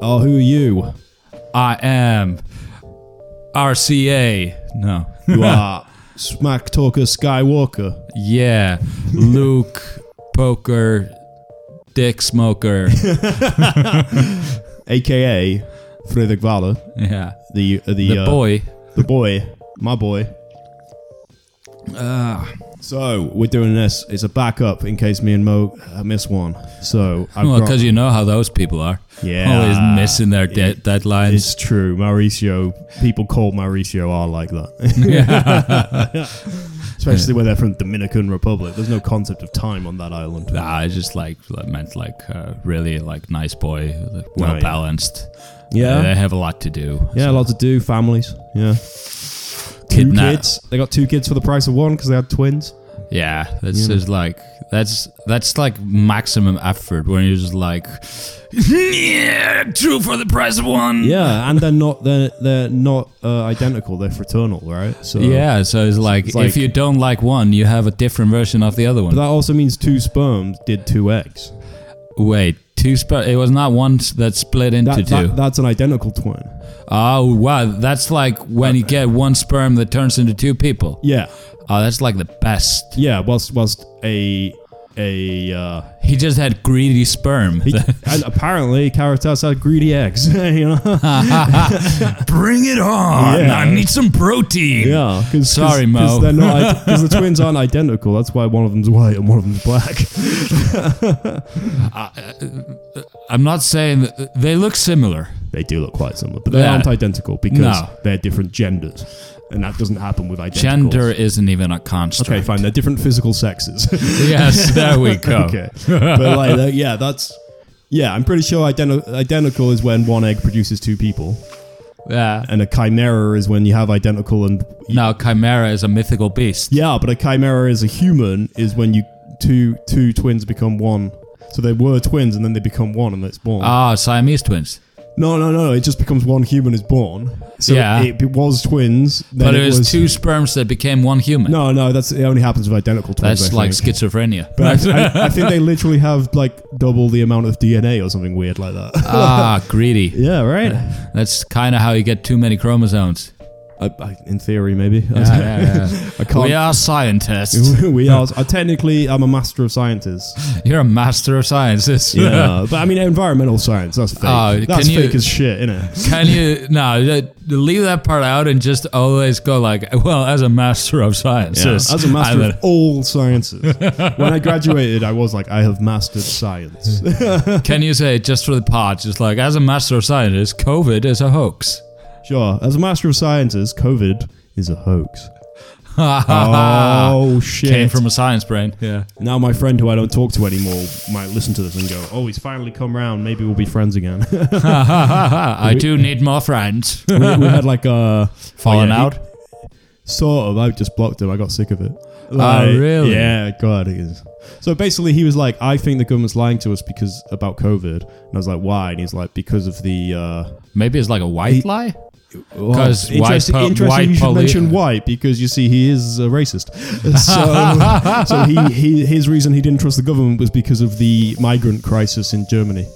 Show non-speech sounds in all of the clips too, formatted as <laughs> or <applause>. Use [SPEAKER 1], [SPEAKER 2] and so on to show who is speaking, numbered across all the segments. [SPEAKER 1] Oh, who are you?
[SPEAKER 2] I am RCA. No. <laughs>
[SPEAKER 1] You are Smack Talker Skywalker.
[SPEAKER 2] Yeah. Luke Poker Dick
[SPEAKER 1] <laughs>
[SPEAKER 2] Smoker.
[SPEAKER 1] aka Fredrik Valle,
[SPEAKER 2] Yeah.
[SPEAKER 1] the uh, the
[SPEAKER 2] The
[SPEAKER 1] uh,
[SPEAKER 2] boy.
[SPEAKER 1] the boy, my boy.
[SPEAKER 2] Uh,
[SPEAKER 1] So we're doing this. It's a backup in case me and Mo uh, miss one. So I've
[SPEAKER 2] well,
[SPEAKER 1] got-
[SPEAKER 2] because you know how those people are.
[SPEAKER 1] Yeah.
[SPEAKER 2] Always missing their de- deadlines. <laughs>
[SPEAKER 1] <laughs> it's true. Mauricio, people called Mauricio are like that, <laughs> especially when they're from Dominican Republic. There's no concept of time on that island.
[SPEAKER 2] Nah, it's just like like, meant like uh, really like nice boy, like,
[SPEAKER 1] Oh, yeah.
[SPEAKER 2] well balanced.
[SPEAKER 1] Yeah.
[SPEAKER 2] Uh, they have a lot to do.
[SPEAKER 1] Yeah, a lot to do. Families. Yeah. Two
[SPEAKER 2] Kidnap-
[SPEAKER 1] kids. They got two kids for the price of one because they had twins.
[SPEAKER 2] Yeah, that's just like that's that's like maximum effort when you're just like, yeah, two for the price of one.
[SPEAKER 1] Yeah, <laughs> and they're not they're they're not uh, identical. They're fraternal, right? So
[SPEAKER 2] Yeah, so it's like,
[SPEAKER 1] It's like-
[SPEAKER 2] if you don't like one, you have a different version of the other
[SPEAKER 1] But
[SPEAKER 2] one.
[SPEAKER 1] that also means two sperms did two eggs.
[SPEAKER 2] Wait, two sp- It was not one s- that split into
[SPEAKER 1] That,
[SPEAKER 2] two.
[SPEAKER 1] that, that's an identical twin.
[SPEAKER 2] oh wow, that's like when you get one sperm that turns into two people.
[SPEAKER 1] Yeah,
[SPEAKER 2] Oh, that's like the best.
[SPEAKER 1] yeah. Whilst whilst a a uh,
[SPEAKER 2] He just had greedy sperm. <laughs>
[SPEAKER 1] he, and apparently Caritas had greedy eggs. <laughs> you know?
[SPEAKER 2] Bring it on!
[SPEAKER 1] Yeah.
[SPEAKER 2] I need some protein.
[SPEAKER 1] Yeah. Cause,
[SPEAKER 2] Sorry,
[SPEAKER 1] cause,
[SPEAKER 2] Mo.
[SPEAKER 1] Because they're
[SPEAKER 2] <laughs>
[SPEAKER 1] not because the twins aren't identical. That's why one of them's white and one of them's black.
[SPEAKER 2] I'm not saying that they look similar.
[SPEAKER 1] They do look quite similar, but they
[SPEAKER 2] Yeah.
[SPEAKER 1] aren't identical because
[SPEAKER 2] No.
[SPEAKER 1] they're different genders, and that doesn't happen with identical.
[SPEAKER 2] Gender isn't even a construct.
[SPEAKER 1] Okay, fine. They're different physical sexes.
[SPEAKER 2] <laughs>
[SPEAKER 1] <laughs>
[SPEAKER 2] Yes, there we go.
[SPEAKER 1] okay. but like, that- yeah, that's yeah. I'm pretty sure identi- identical is when one egg produces two people,
[SPEAKER 2] Yeah.
[SPEAKER 1] and a chimera is when you have identical and
[SPEAKER 2] Now Chimera is a mythical beast.
[SPEAKER 1] yeah. But a chimera is a human is when you two two twins become one. So they were twins, and then they become one, and it's born.
[SPEAKER 2] Ah, Siamese twins.
[SPEAKER 1] no, no, no. It just becomes one human is born. So
[SPEAKER 2] Yeah.
[SPEAKER 1] it, it was twins. Then
[SPEAKER 2] But it was two sperms that became one human.
[SPEAKER 1] No, no. That's it. Only happens with identical twins.
[SPEAKER 2] That's
[SPEAKER 1] I
[SPEAKER 2] like
[SPEAKER 1] think.
[SPEAKER 2] schizophrenia.
[SPEAKER 1] But <laughs> I, I, I think they literally have like double the amount of DNA or something weird like that. <laughs>
[SPEAKER 2] ah, greedy.
[SPEAKER 1] yeah, right.
[SPEAKER 2] That's kind of how you get too many
[SPEAKER 1] <laughs>
[SPEAKER 2] chromosomes.
[SPEAKER 1] I, I, in theory, maybe. <laughs> I can't.
[SPEAKER 2] We are scientists.
[SPEAKER 1] we are- I technically, I'm a master of
[SPEAKER 2] <laughs>
[SPEAKER 1] scientists. Uh,
[SPEAKER 2] You're a master of sciences.
[SPEAKER 1] but I mean, environmental science. That's fake.
[SPEAKER 2] Oh,
[SPEAKER 1] that's
[SPEAKER 2] can you-
[SPEAKER 1] fake as shit,
[SPEAKER 2] <laughs>
[SPEAKER 1] innit?
[SPEAKER 2] Can you no that- leave that part out and just always go like, well, as a master of sciences,
[SPEAKER 1] As a master
[SPEAKER 2] I'm
[SPEAKER 1] of all
[SPEAKER 2] <laughs>
[SPEAKER 1] sciences. when I graduated, I was like, I have
[SPEAKER 2] <laughs>
[SPEAKER 1] mastered science.
[SPEAKER 2] a- can you say just for the pod, just like as a master of sciences, COVID is a hoax. <laughs>
[SPEAKER 1] sure. As a master of sciences, COVID is a hoax. oh shit!
[SPEAKER 2] Came from a science brain. <laughs> Yeah.
[SPEAKER 1] Now my friend who I don't talk to anymore might listen to this and go, "Oh, he's finally come round. Maybe we'll be friends again." <laughs> we,
[SPEAKER 2] I do need more
[SPEAKER 1] <laughs>
[SPEAKER 2] friends.
[SPEAKER 1] we had
[SPEAKER 2] <laughs>
[SPEAKER 1] like a
[SPEAKER 2] Falling
[SPEAKER 1] oh, yeah, he-
[SPEAKER 2] out.
[SPEAKER 1] sort of. I just blocked him. I got sick of it.
[SPEAKER 2] Oh, really?
[SPEAKER 1] Yeah, God, it is. So basically, he was like, "I think the government's lying to us because about COVID," and I was like, "Why?" And he's like, "Because of the." Uh,
[SPEAKER 2] Maybe it's like a white lie.
[SPEAKER 1] well,
[SPEAKER 2] 'Cause white
[SPEAKER 1] interesting,
[SPEAKER 2] po-
[SPEAKER 1] interesting
[SPEAKER 2] white
[SPEAKER 1] you should
[SPEAKER 2] poli-
[SPEAKER 1] mention white because you see, he is a
[SPEAKER 2] <laughs>
[SPEAKER 1] racist. So, so he, he his reason he didn't trust the government was because of the migrant crisis in Germany,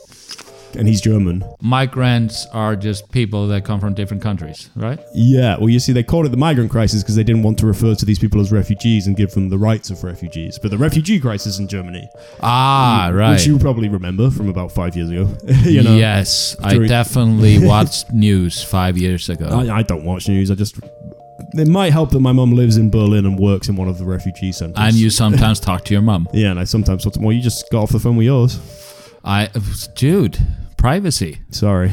[SPEAKER 1] and he's German.
[SPEAKER 2] Migrants are just people that come from different countries, right?
[SPEAKER 1] Yeah, well, you see, they called it the migrant crisis because they didn't want to refer to these people as refugees and give them the rights of refugees. But the refugee crisis in Germany,
[SPEAKER 2] Ah, right.
[SPEAKER 1] which you probably remember from about five years ago, <laughs> you know.
[SPEAKER 2] yes, I
[SPEAKER 1] during- <laughs>
[SPEAKER 2] definitely watched news five years ago.
[SPEAKER 1] I, I don't watch news. I just. It might help that my mum lives in Berlin and works in one of the refugee centers.
[SPEAKER 2] and you sometimes talk to your mom.
[SPEAKER 1] Yeah, and I sometimes thought, well, you just got off the phone with yours.
[SPEAKER 2] I, dude, privacy. <laughs>
[SPEAKER 1] Sorry.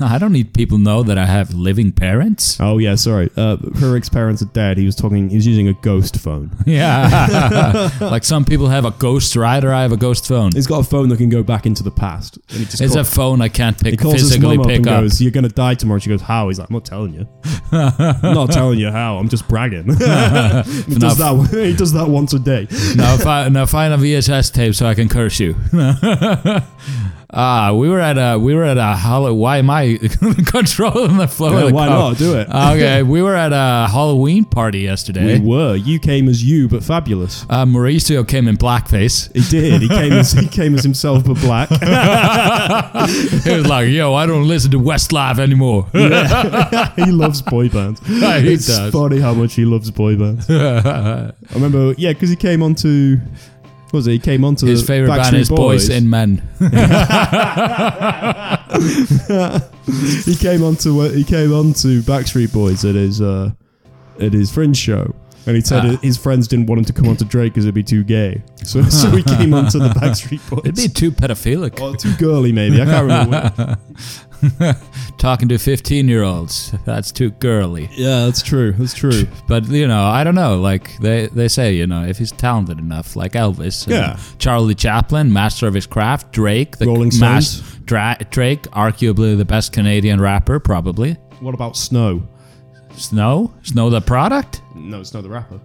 [SPEAKER 2] I don't need people to know that I have living parents.
[SPEAKER 1] Oh, yeah, sorry. Uh, Hurik's parents are dead. He was talking, he was using a ghost phone. <laughs>
[SPEAKER 2] Yeah, like some people have a ghost rider. I have a ghost phone.
[SPEAKER 1] He's got a phone that can go back into the past. And he just
[SPEAKER 2] It's
[SPEAKER 1] call-
[SPEAKER 2] a phone I can't
[SPEAKER 1] he
[SPEAKER 2] pick
[SPEAKER 1] calls his
[SPEAKER 2] physically
[SPEAKER 1] mum up
[SPEAKER 2] pick
[SPEAKER 1] and
[SPEAKER 2] up. <laughs>
[SPEAKER 1] goes, You're going to die tomorrow. She goes, How? He's like, I'm not telling you. I'm not telling you how. I'm just
[SPEAKER 2] <laughs>
[SPEAKER 1] bragging. <laughs> he, does that, he does that once a day.
[SPEAKER 2] now, fi- now find a VHS tape so I can curse you. <laughs> Ah, we were at a we were at a Halloween. Why am I <laughs> controlling the flow? of Oh,
[SPEAKER 1] Yeah,
[SPEAKER 2] the Uh,
[SPEAKER 1] why
[SPEAKER 2] car?
[SPEAKER 1] not? Do it.
[SPEAKER 2] <laughs> okay, we were at a Halloween party yesterday.
[SPEAKER 1] We were. You came as you, but fabulous.
[SPEAKER 2] uh, Mauricio came in blackface. <laughs>
[SPEAKER 1] He did. He came as he came as himself, but black. <laughs>
[SPEAKER 2] He was like, "Yo, I don't listen to Westlife anymore." <laughs>
[SPEAKER 1] he loves boy bands. <laughs>
[SPEAKER 2] He
[SPEAKER 1] it's
[SPEAKER 2] does.
[SPEAKER 1] funny how much he loves
[SPEAKER 2] <laughs>
[SPEAKER 1] boy bands. I remember, yeah, because he came onto. What was it? He came onto
[SPEAKER 2] His
[SPEAKER 1] the
[SPEAKER 2] favorite
[SPEAKER 1] Backstreet
[SPEAKER 2] band is
[SPEAKER 1] Boys.
[SPEAKER 2] Boys and
[SPEAKER 1] <laughs>
[SPEAKER 2] Men.
[SPEAKER 1] he came onto he came onto Backstreet Boys at his uh, at his friend's show, and he said
[SPEAKER 2] Ah.
[SPEAKER 1] his friends didn't want him to come onto Drake because it'd be too gay.
[SPEAKER 2] <laughs>
[SPEAKER 1] So so he came onto the Backstreet Boys.
[SPEAKER 2] It'd be too pedophilic.
[SPEAKER 1] or too girly, maybe. I can't remember.
[SPEAKER 2] <laughs>
[SPEAKER 1] what-
[SPEAKER 2] Talking to 15 year olds. That's too girly.
[SPEAKER 1] Yeah, that's true. That's true.
[SPEAKER 2] But, you know, I don't know. Like, they, they say, you know, if he's talented enough, like Elvis, and
[SPEAKER 1] Yeah.
[SPEAKER 2] Charlie Chaplin, master of his craft, Drake, the
[SPEAKER 1] Rolling
[SPEAKER 2] mas-
[SPEAKER 1] Stones.
[SPEAKER 2] Dra- Drake, arguably the best Canadian rapper, probably.
[SPEAKER 1] What about Snow?
[SPEAKER 2] Snow? Snow the product?
[SPEAKER 1] No, Snow the rapper.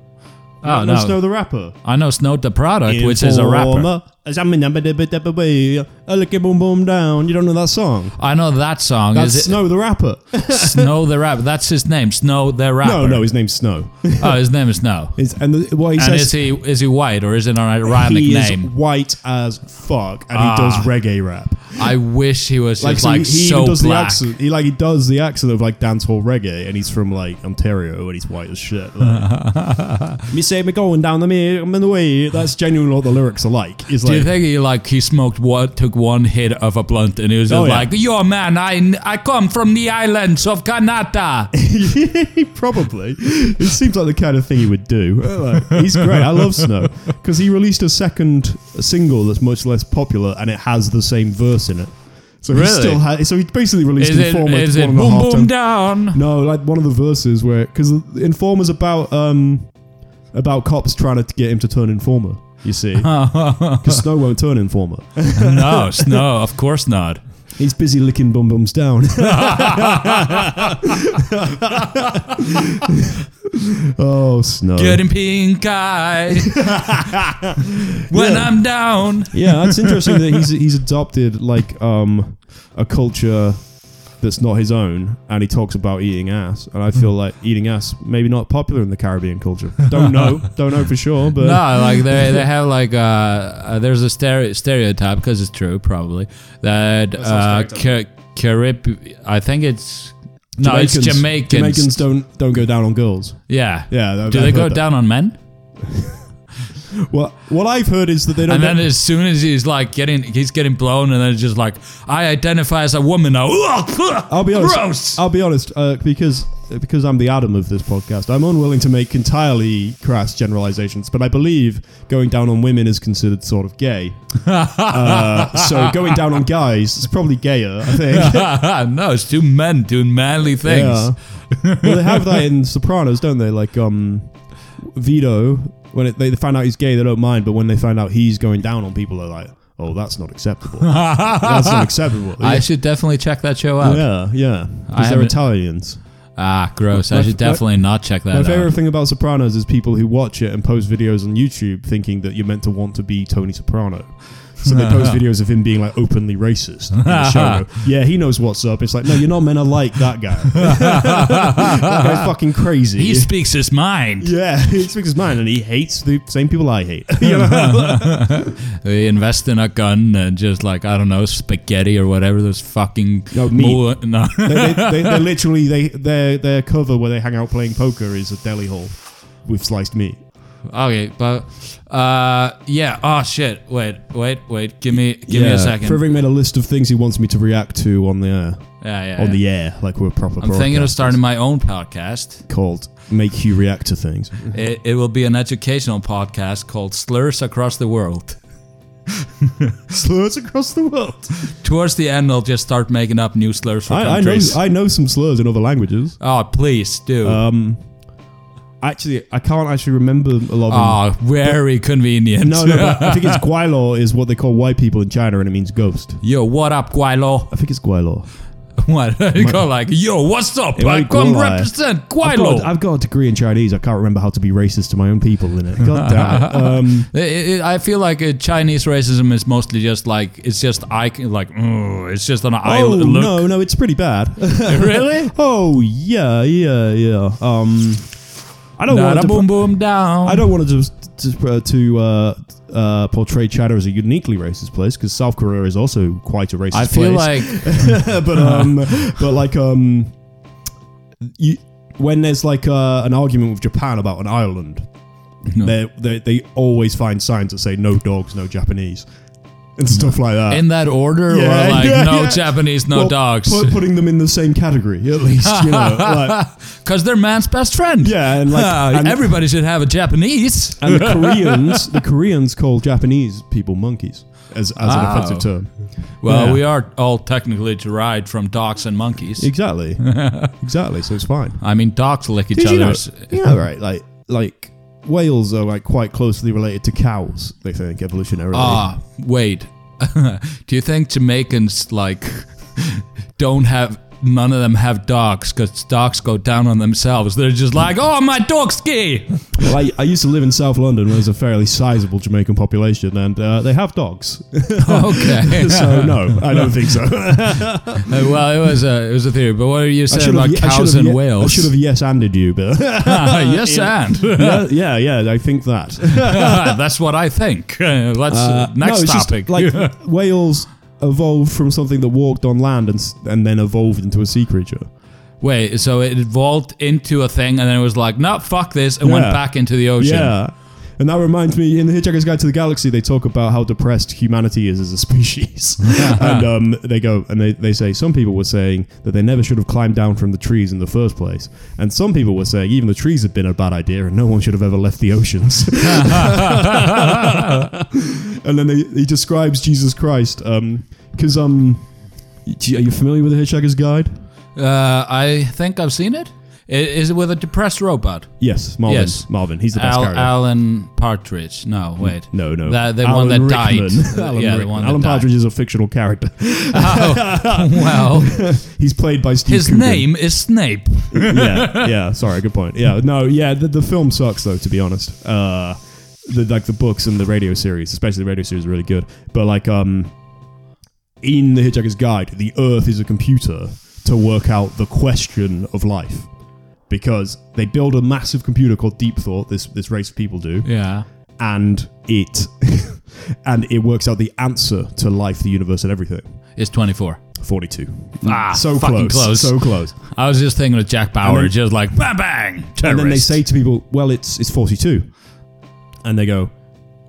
[SPEAKER 2] Oh,
[SPEAKER 1] no,
[SPEAKER 2] no.
[SPEAKER 1] Snow the rapper.
[SPEAKER 2] I know Snow the product, which is a rapper.
[SPEAKER 1] Informer. As I'm in a bit- bit- bit- bit- I look it boom boom down. You don't know that song?
[SPEAKER 2] I know that song.
[SPEAKER 1] That's
[SPEAKER 2] is
[SPEAKER 1] Snow the rapper.
[SPEAKER 2] it Snow the <laughs> rapper? That's his name, Snow the rapper.
[SPEAKER 1] no, no, his name's Snow.
[SPEAKER 2] Oh, his name is Snow.
[SPEAKER 1] It's, and the, what he
[SPEAKER 2] And
[SPEAKER 1] says
[SPEAKER 2] is he is he white or is it an ironic
[SPEAKER 1] he is
[SPEAKER 2] name?
[SPEAKER 1] white as fuck, and he does reggae rap.
[SPEAKER 2] I wish he was just
[SPEAKER 1] so
[SPEAKER 2] like
[SPEAKER 1] he, he
[SPEAKER 2] so
[SPEAKER 1] even does the
[SPEAKER 2] black.
[SPEAKER 1] accent. He like he does the accent of like dancehall reggae, and he's from like Ontario, and he's white as shit.
[SPEAKER 2] <laughs>
[SPEAKER 1] like. me say me going down the me, I'm in the way. That's genuinely what the lyrics are like. It's
[SPEAKER 2] Do you
[SPEAKER 1] like
[SPEAKER 2] think he like he smoked one took one hit of a blunt and he was just
[SPEAKER 1] Oh, yeah.
[SPEAKER 2] like, "Yo, man, I I come from the islands of
[SPEAKER 1] <laughs>
[SPEAKER 2] Kanata."
[SPEAKER 1] probably it seems like the kind of thing he would do. Like, he's great. I love Snow because he released a second single that's much less popular, and it has the same verse in it. So he
[SPEAKER 2] Really?
[SPEAKER 1] still has. So he basically released
[SPEAKER 2] Is it,
[SPEAKER 1] Informer
[SPEAKER 2] is
[SPEAKER 1] one
[SPEAKER 2] it
[SPEAKER 1] and a
[SPEAKER 2] boom
[SPEAKER 1] half
[SPEAKER 2] boom
[SPEAKER 1] times- <laughs>
[SPEAKER 2] down?
[SPEAKER 1] No, like one of the verses where because informer's about um about cops trying to get him to turn informer.
[SPEAKER 2] <laughs>
[SPEAKER 1] You see, because Snow won't turn informer.
[SPEAKER 2] no, no, of course
[SPEAKER 1] <laughs>
[SPEAKER 2] not.
[SPEAKER 1] He's busy licking bum bums down. <laughs>
[SPEAKER 2] <laughs>
[SPEAKER 1] oh, Snow.
[SPEAKER 2] Getting pink
[SPEAKER 1] <laughs>
[SPEAKER 2] eye when
[SPEAKER 1] Yeah.
[SPEAKER 2] I'm
[SPEAKER 1] <laughs>
[SPEAKER 2] down.
[SPEAKER 1] Yeah, that's interesting that he's he's adopted like um a culture that's not his own, and he talks about eating ass, and I
[SPEAKER 2] Mm-hmm.
[SPEAKER 1] feel like eating ass maybe not popular in the Caribbean culture.
[SPEAKER 2] <laughs>
[SPEAKER 1] Don't know, don't know for sure, but
[SPEAKER 2] No, like they, they have like uh, uh there's a stereo, stereotype because it's true probably that uh
[SPEAKER 1] not
[SPEAKER 2] Car- Carib I think it's no it's Jamaicans.
[SPEAKER 1] Jamaicans don't don't go down on girls.
[SPEAKER 2] yeah.
[SPEAKER 1] Yeah, I've-
[SPEAKER 2] Do they
[SPEAKER 1] I've heard
[SPEAKER 2] go
[SPEAKER 1] that.
[SPEAKER 2] down on men?
[SPEAKER 1] Well, what I've heard is that they don't.
[SPEAKER 2] And then
[SPEAKER 1] go-
[SPEAKER 2] as soon as he's like getting he's getting blown and then it's just like I identify as a woman now. <laughs>
[SPEAKER 1] I'll be honest.
[SPEAKER 2] Gross.
[SPEAKER 1] I'll be honest uh, because because I'm the Adam of this podcast. I'm unwilling to make entirely crass generalizations, but I believe going down on women is considered sort of gay. uh, so going down on guys is probably gayer. I
[SPEAKER 2] <laughs>
[SPEAKER 1] think.
[SPEAKER 2] no, it's two men doing manly things.
[SPEAKER 1] Yeah. well, they have that in Sopranos, don't they? Like um, Vito, when it, they find out he's gay, they don't mind, but when they find out he's going down on people, they're like, "Oh, that's not acceptable. that's not acceptable."
[SPEAKER 2] I should definitely check that show out.
[SPEAKER 1] yeah, yeah,
[SPEAKER 2] I
[SPEAKER 1] because they're
[SPEAKER 2] haven't-
[SPEAKER 1] Italians.
[SPEAKER 2] Ah, gross. I
[SPEAKER 1] My-
[SPEAKER 2] should
[SPEAKER 1] my-
[SPEAKER 2] definitely not check that
[SPEAKER 1] My
[SPEAKER 2] out.
[SPEAKER 1] favorite thing about Sopranos is people who watch it and post videos on YouTube thinking that you're meant to want to be Tony Soprano. So they
[SPEAKER 2] <laughs>
[SPEAKER 1] post videos of him being like openly racist. in the show. yeah, he knows what's up. It's like, no, you're not meant to like
[SPEAKER 2] <laughs>
[SPEAKER 1] that guy. that guy's fucking crazy.
[SPEAKER 2] He speaks his mind.
[SPEAKER 1] <laughs> yeah, <laughs> he speaks his mind and he hates the same people I hate. You know?
[SPEAKER 2] They invest in a gun and just like I don't know spaghetti or whatever those fucking
[SPEAKER 1] No, meat.
[SPEAKER 2] mo- no. <laughs>
[SPEAKER 1] they, they, they, they're literally they their their cover where they hang out playing poker is a deli hall with sliced meat.
[SPEAKER 2] okay, but uh, yeah. Oh shit! Wait, wait, wait. Give me, give me a second.
[SPEAKER 1] Frivering made a list of things he wants me to react to on the air.
[SPEAKER 2] yeah, yeah. yeah.
[SPEAKER 1] on Oh, the air, like we're a proper.
[SPEAKER 2] I'm thinking of
[SPEAKER 1] broadcasters.
[SPEAKER 2] starting my own podcast.
[SPEAKER 1] called "Make You React to Things."
[SPEAKER 2] It, it will be an educational podcast called Slurs Across the World.
[SPEAKER 1] <laughs> slurs across the world.
[SPEAKER 2] Towards the end, I'll just start making up new slurs for
[SPEAKER 1] I, I know.
[SPEAKER 2] countries.
[SPEAKER 1] I Um, know some slurs in other languages.
[SPEAKER 2] oh, please do.
[SPEAKER 1] Actually, I can't actually remember a lot of them.
[SPEAKER 2] oh, very convenient.
[SPEAKER 1] no, no. <laughs> but I think it's guailo is what they call white people in China, and it means ghost.
[SPEAKER 2] Yo, what up, Guaylo? <laughs>
[SPEAKER 1] I think it's guailo.
[SPEAKER 2] What? <laughs> you go like, yo, what's up?
[SPEAKER 1] It
[SPEAKER 2] I
[SPEAKER 1] ain't
[SPEAKER 2] come
[SPEAKER 1] Gualai.
[SPEAKER 2] represent
[SPEAKER 1] I've got,
[SPEAKER 2] Quilo.
[SPEAKER 1] I've got a degree in Chinese. I can't remember how to be racist to my own people in it. <laughs> God damn. it. Um,
[SPEAKER 2] I- I I feel like uh, Chinese racism is mostly just like it's just icon like mm, it's just an
[SPEAKER 1] oh
[SPEAKER 2] island look.
[SPEAKER 1] no, no, it's pretty <laughs> bad.
[SPEAKER 2] really?
[SPEAKER 1] oh yeah, yeah, yeah. Um, I don't
[SPEAKER 2] Da
[SPEAKER 1] want
[SPEAKER 2] da
[SPEAKER 1] to.
[SPEAKER 2] boom boom down.
[SPEAKER 1] I don't want to to, uh, to uh, uh, portray China as a uniquely racist place because South Korea is also quite a racist
[SPEAKER 2] I feel
[SPEAKER 1] place.
[SPEAKER 2] like
[SPEAKER 1] <laughs> but um,
[SPEAKER 2] <laughs>
[SPEAKER 1] but like um, you, when there's like uh, an argument with Japan about an island,
[SPEAKER 2] No.
[SPEAKER 1] they they they always find signs that say no dogs, no Japanese, and stuff like that.
[SPEAKER 2] in that order
[SPEAKER 1] Yeah,
[SPEAKER 2] or like
[SPEAKER 1] yeah,
[SPEAKER 2] no
[SPEAKER 1] yeah.
[SPEAKER 2] Japanese, no
[SPEAKER 1] Well,
[SPEAKER 2] dogs. <laughs>
[SPEAKER 1] put- putting them in the same category at least, you know. like,
[SPEAKER 2] Because they're man's best friend.
[SPEAKER 1] yeah,
[SPEAKER 2] <laughs>
[SPEAKER 1] and like
[SPEAKER 2] Ah,
[SPEAKER 1] and,
[SPEAKER 2] everybody should have a Japanese.
[SPEAKER 1] and the
[SPEAKER 2] <laughs>
[SPEAKER 1] Koreans, the Koreans call Japanese people monkeys as, as an
[SPEAKER 2] Wow.
[SPEAKER 1] offensive term.
[SPEAKER 2] Well,
[SPEAKER 1] Yeah.
[SPEAKER 2] we are all technically derived from dogs and monkeys.
[SPEAKER 1] Exactly,
[SPEAKER 2] <laughs>
[SPEAKER 1] exactly. So it's fine.
[SPEAKER 2] I mean, dogs lick each
[SPEAKER 1] Did you know?
[SPEAKER 2] other's.
[SPEAKER 1] You know, right? Like, like whales are like quite closely related to cows. They think evolutionarily.
[SPEAKER 2] Ah, wait. <laughs> Do you think Jamaicans like <laughs> don't have none of them have dogs because dogs go down on themselves? They're just like, oh, my dog's gay.
[SPEAKER 1] Well, I, I used to live in South London, where there's a fairly sizable Jamaican population, and uh, they have
[SPEAKER 2] <laughs>
[SPEAKER 1] dogs.
[SPEAKER 2] <laughs> okay.
[SPEAKER 1] <laughs> so no, I don't think so.
[SPEAKER 2] Uh, well, it was a it was a theory. But what are you
[SPEAKER 1] I
[SPEAKER 2] saying
[SPEAKER 1] should
[SPEAKER 2] about
[SPEAKER 1] have- I should
[SPEAKER 2] cows
[SPEAKER 1] have
[SPEAKER 2] and
[SPEAKER 1] ye-
[SPEAKER 2] whales?
[SPEAKER 1] I should have yes anded you,
[SPEAKER 2] <laughs>
[SPEAKER 1] but <laughs>
[SPEAKER 2] yes, and <laughs>
[SPEAKER 1] yeah, yeah, yeah, I think that.
[SPEAKER 2] that's what I think. <laughs> Uh, Let's uh, next
[SPEAKER 1] no, it's just,
[SPEAKER 2] topic.
[SPEAKER 1] like whales evolved from something that walked on land and s- and then evolved into a sea creature.
[SPEAKER 2] <laughs> Wait, so it evolved into a thing, and then it was like, no, fuck this, and went
[SPEAKER 1] Yeah.
[SPEAKER 2] back into the ocean.
[SPEAKER 1] Yeah. And that reminds me, in The Hitchhiker's Guide to the Galaxy, they talk about how depressed humanity is as
[SPEAKER 2] <laughs>
[SPEAKER 1] a species. and um, they go, and they, they say, some people were saying that they never should have climbed down from the trees in the first place. And some people were saying even the trees had been a bad idea and no one should have ever left the oceans. <laughs> and then they, he describes Jesus Christ. Because, um, do you- are you familiar with The Hitchhiker's Guide?
[SPEAKER 2] Uh, I think I've seen it. I- Is it with a depressed robot?
[SPEAKER 1] Yes, Marvin.
[SPEAKER 2] Yes.
[SPEAKER 1] Marvin. He's the best
[SPEAKER 2] Al-
[SPEAKER 1] character.
[SPEAKER 2] Alan Partridge. No, wait.
[SPEAKER 1] no, no.
[SPEAKER 2] That- the
[SPEAKER 1] Alan
[SPEAKER 2] one that died.
[SPEAKER 1] <laughs> Rickman. Alan,
[SPEAKER 2] yeah, the
[SPEAKER 1] Rickman.
[SPEAKER 2] one that
[SPEAKER 1] Alan
[SPEAKER 2] died.
[SPEAKER 1] Partridge is a fictional character.
[SPEAKER 2] <laughs>
[SPEAKER 1] <laughs>
[SPEAKER 2] Oh, well,
[SPEAKER 1] He's played by Steve.
[SPEAKER 2] his
[SPEAKER 1] Coogan.
[SPEAKER 2] name is Snape.
[SPEAKER 1] <laughs> yeah, yeah. Sorry, good point. Yeah, no, yeah. The, the film sucks though, to be honest. Uh, the like the books and the radio series, especially the radio series, are really good. But like, um, in the Hitchhiker's Guide, the Earth is a computer to work out the question of life. Because they build a massive computer called Deep Thought, this this race of people do,
[SPEAKER 2] Yeah.
[SPEAKER 1] and it <laughs> and it works out the answer to life, the universe, and everything.
[SPEAKER 2] It's 24.
[SPEAKER 1] Forty two.
[SPEAKER 2] Ah,
[SPEAKER 1] so
[SPEAKER 2] fucking close.
[SPEAKER 1] So close.
[SPEAKER 2] I was just thinking of Jack Bauer,
[SPEAKER 1] then-
[SPEAKER 2] just like, bang, bang, terrorist.
[SPEAKER 1] And then they say to people, "Well, it's it's 42," and they go,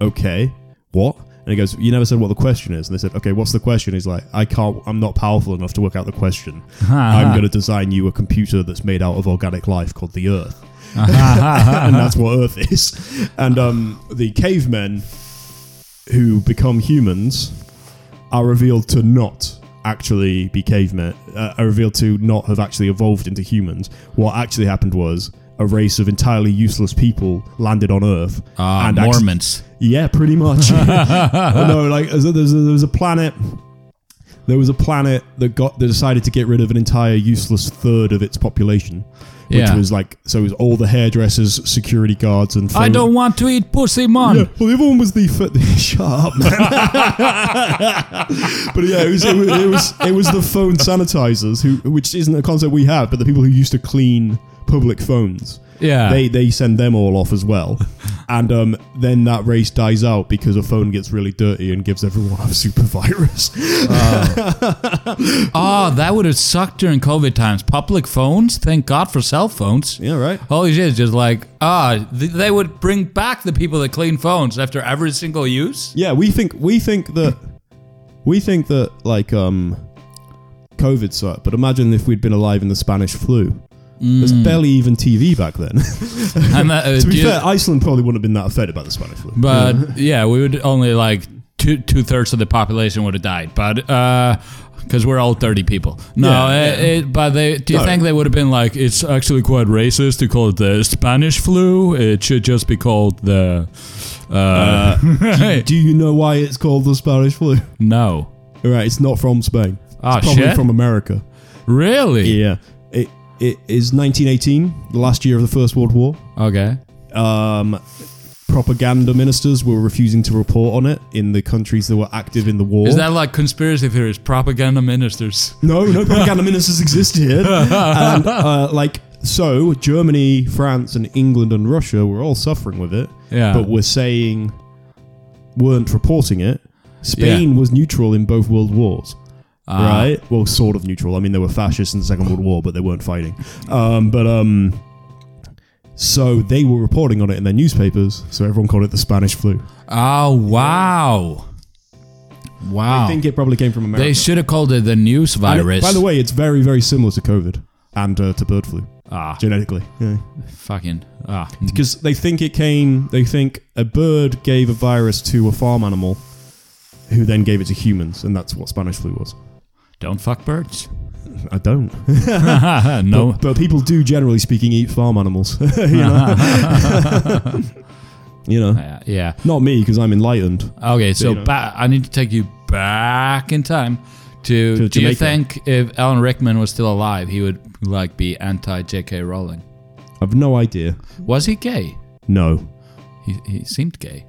[SPEAKER 1] "Okay, what?" And he goes, "You never said what the question is." And they said, "Okay, what's the question?" He's like, "I can't. I'm not powerful enough to work out
[SPEAKER 2] <laughs>
[SPEAKER 1] the question. I'm going to design you a computer that's made out of organic life called the Earth, <laughs> and that's what Earth is." And um, the cavemen who become humans are revealed to not actually be cavemen, uh, are revealed to not have actually evolved into humans. What actually happened was a race of entirely useless people landed on Earth.
[SPEAKER 2] Ah,
[SPEAKER 1] actu-
[SPEAKER 2] Mormons.
[SPEAKER 1] yeah,
[SPEAKER 2] <laughs>
[SPEAKER 1] pretty much. Oh, no, like there's a, there's a, there was a planet. There was a planet that got that decided to get rid of an entire useless third of its population, which
[SPEAKER 2] Yeah.
[SPEAKER 1] was like so it was all the hairdressers, security guards, and
[SPEAKER 2] I
[SPEAKER 1] phone-
[SPEAKER 2] don't want to eat pussy, man.
[SPEAKER 1] yeah, well, the other one was the f- <laughs> shut
[SPEAKER 2] <laughs>
[SPEAKER 1] up, man. but yeah, it was, it was it was it was the phone sanitizers, who which isn't a concept we have, but the people who used to clean public phones.
[SPEAKER 2] Yeah.
[SPEAKER 1] They they send them all off as well, and um, then that race dies out because a phone gets really dirty and gives everyone a super virus.
[SPEAKER 2] Oh, that would have sucked during COVID times. Public phones, thank God for cell phones.
[SPEAKER 1] yeah, right.
[SPEAKER 2] Holy shit, just like, ah, th- they would bring back the people that clean phones after every single use. <laughs>
[SPEAKER 1] Yeah, we think we think that we think that like um, COVID sucked, but imagine if we'd been alive in the Spanish flu. There's barely even TV back then. <laughs>
[SPEAKER 2] And that, uh,
[SPEAKER 1] To be
[SPEAKER 2] do you-
[SPEAKER 1] fair, Iceland probably wouldn't have been that affected by the Spanish flu. <laughs>
[SPEAKER 2] But yeah, we would only like two two thirds of the population would have died. But because we're all thirty people, no.
[SPEAKER 1] Yeah,
[SPEAKER 2] it, It, but they, do you
[SPEAKER 1] No.
[SPEAKER 2] think they would have been like, it's actually quite racist to call it the Spanish flu? It should just be called the. Uh, <laughs>
[SPEAKER 1] <laughs> Do you know why it's called the Spanish flu? <laughs>
[SPEAKER 2] no.
[SPEAKER 1] All right, it's not from Spain.
[SPEAKER 2] Ah,
[SPEAKER 1] it's probably
[SPEAKER 2] shit.
[SPEAKER 1] from America.
[SPEAKER 2] Really?
[SPEAKER 1] Yeah. It, it is 1918, the last year of the First World War.
[SPEAKER 2] Okay.
[SPEAKER 1] Um, propaganda ministers were refusing to report on it in the countries that were active in the war.
[SPEAKER 2] Is that like conspiracy theories? Propaganda ministers.
[SPEAKER 1] No, no propaganda ministers
[SPEAKER 2] <laughs>
[SPEAKER 1] exist here. And, uh, like, so Germany, France, and England and Russia were all suffering with it,
[SPEAKER 2] Yeah.
[SPEAKER 1] but were saying, weren't reporting it. Spain was neutral in both world wars.
[SPEAKER 2] Uh, Ah.
[SPEAKER 1] right? Well, sort of neutral. I mean, they were fascists in the Second World War, but they weren't fighting. Um, but um, so they were reporting on it in their newspapers. So everyone called it the Spanish flu.
[SPEAKER 2] Oh wow. Wow.
[SPEAKER 1] I think it probably came from America.
[SPEAKER 2] they should have called it the news
[SPEAKER 1] And it-
[SPEAKER 2] virus.
[SPEAKER 1] by the way, it's very, very similar to COVID and uh, to bird flu
[SPEAKER 2] ah,
[SPEAKER 1] genetically. Yeah.
[SPEAKER 2] fucking ah.
[SPEAKER 1] because they think it came. They think a bird gave a virus to a farm animal, who then gave it to humans, and that's what Spanish flu was.
[SPEAKER 2] Don't fuck
[SPEAKER 1] <laughs>
[SPEAKER 2] birds. <laughs>
[SPEAKER 1] I don't.
[SPEAKER 2] no.
[SPEAKER 1] But people do, generally speaking, eat farm animals. <laughs> you know,
[SPEAKER 2] <laughs>
[SPEAKER 1] you know.
[SPEAKER 2] Yeah, yeah.
[SPEAKER 1] not me because I'm enlightened.
[SPEAKER 2] Okay, so
[SPEAKER 1] you know.
[SPEAKER 2] ba- I need to take you back in time to.
[SPEAKER 1] To
[SPEAKER 2] do you
[SPEAKER 1] Jamaica.
[SPEAKER 2] think if Alan Rickman was still alive, he would like be anti J.K. Rowling?
[SPEAKER 1] I've no idea.
[SPEAKER 2] Was he gay? <laughs>
[SPEAKER 1] No.
[SPEAKER 2] He, he seemed gay.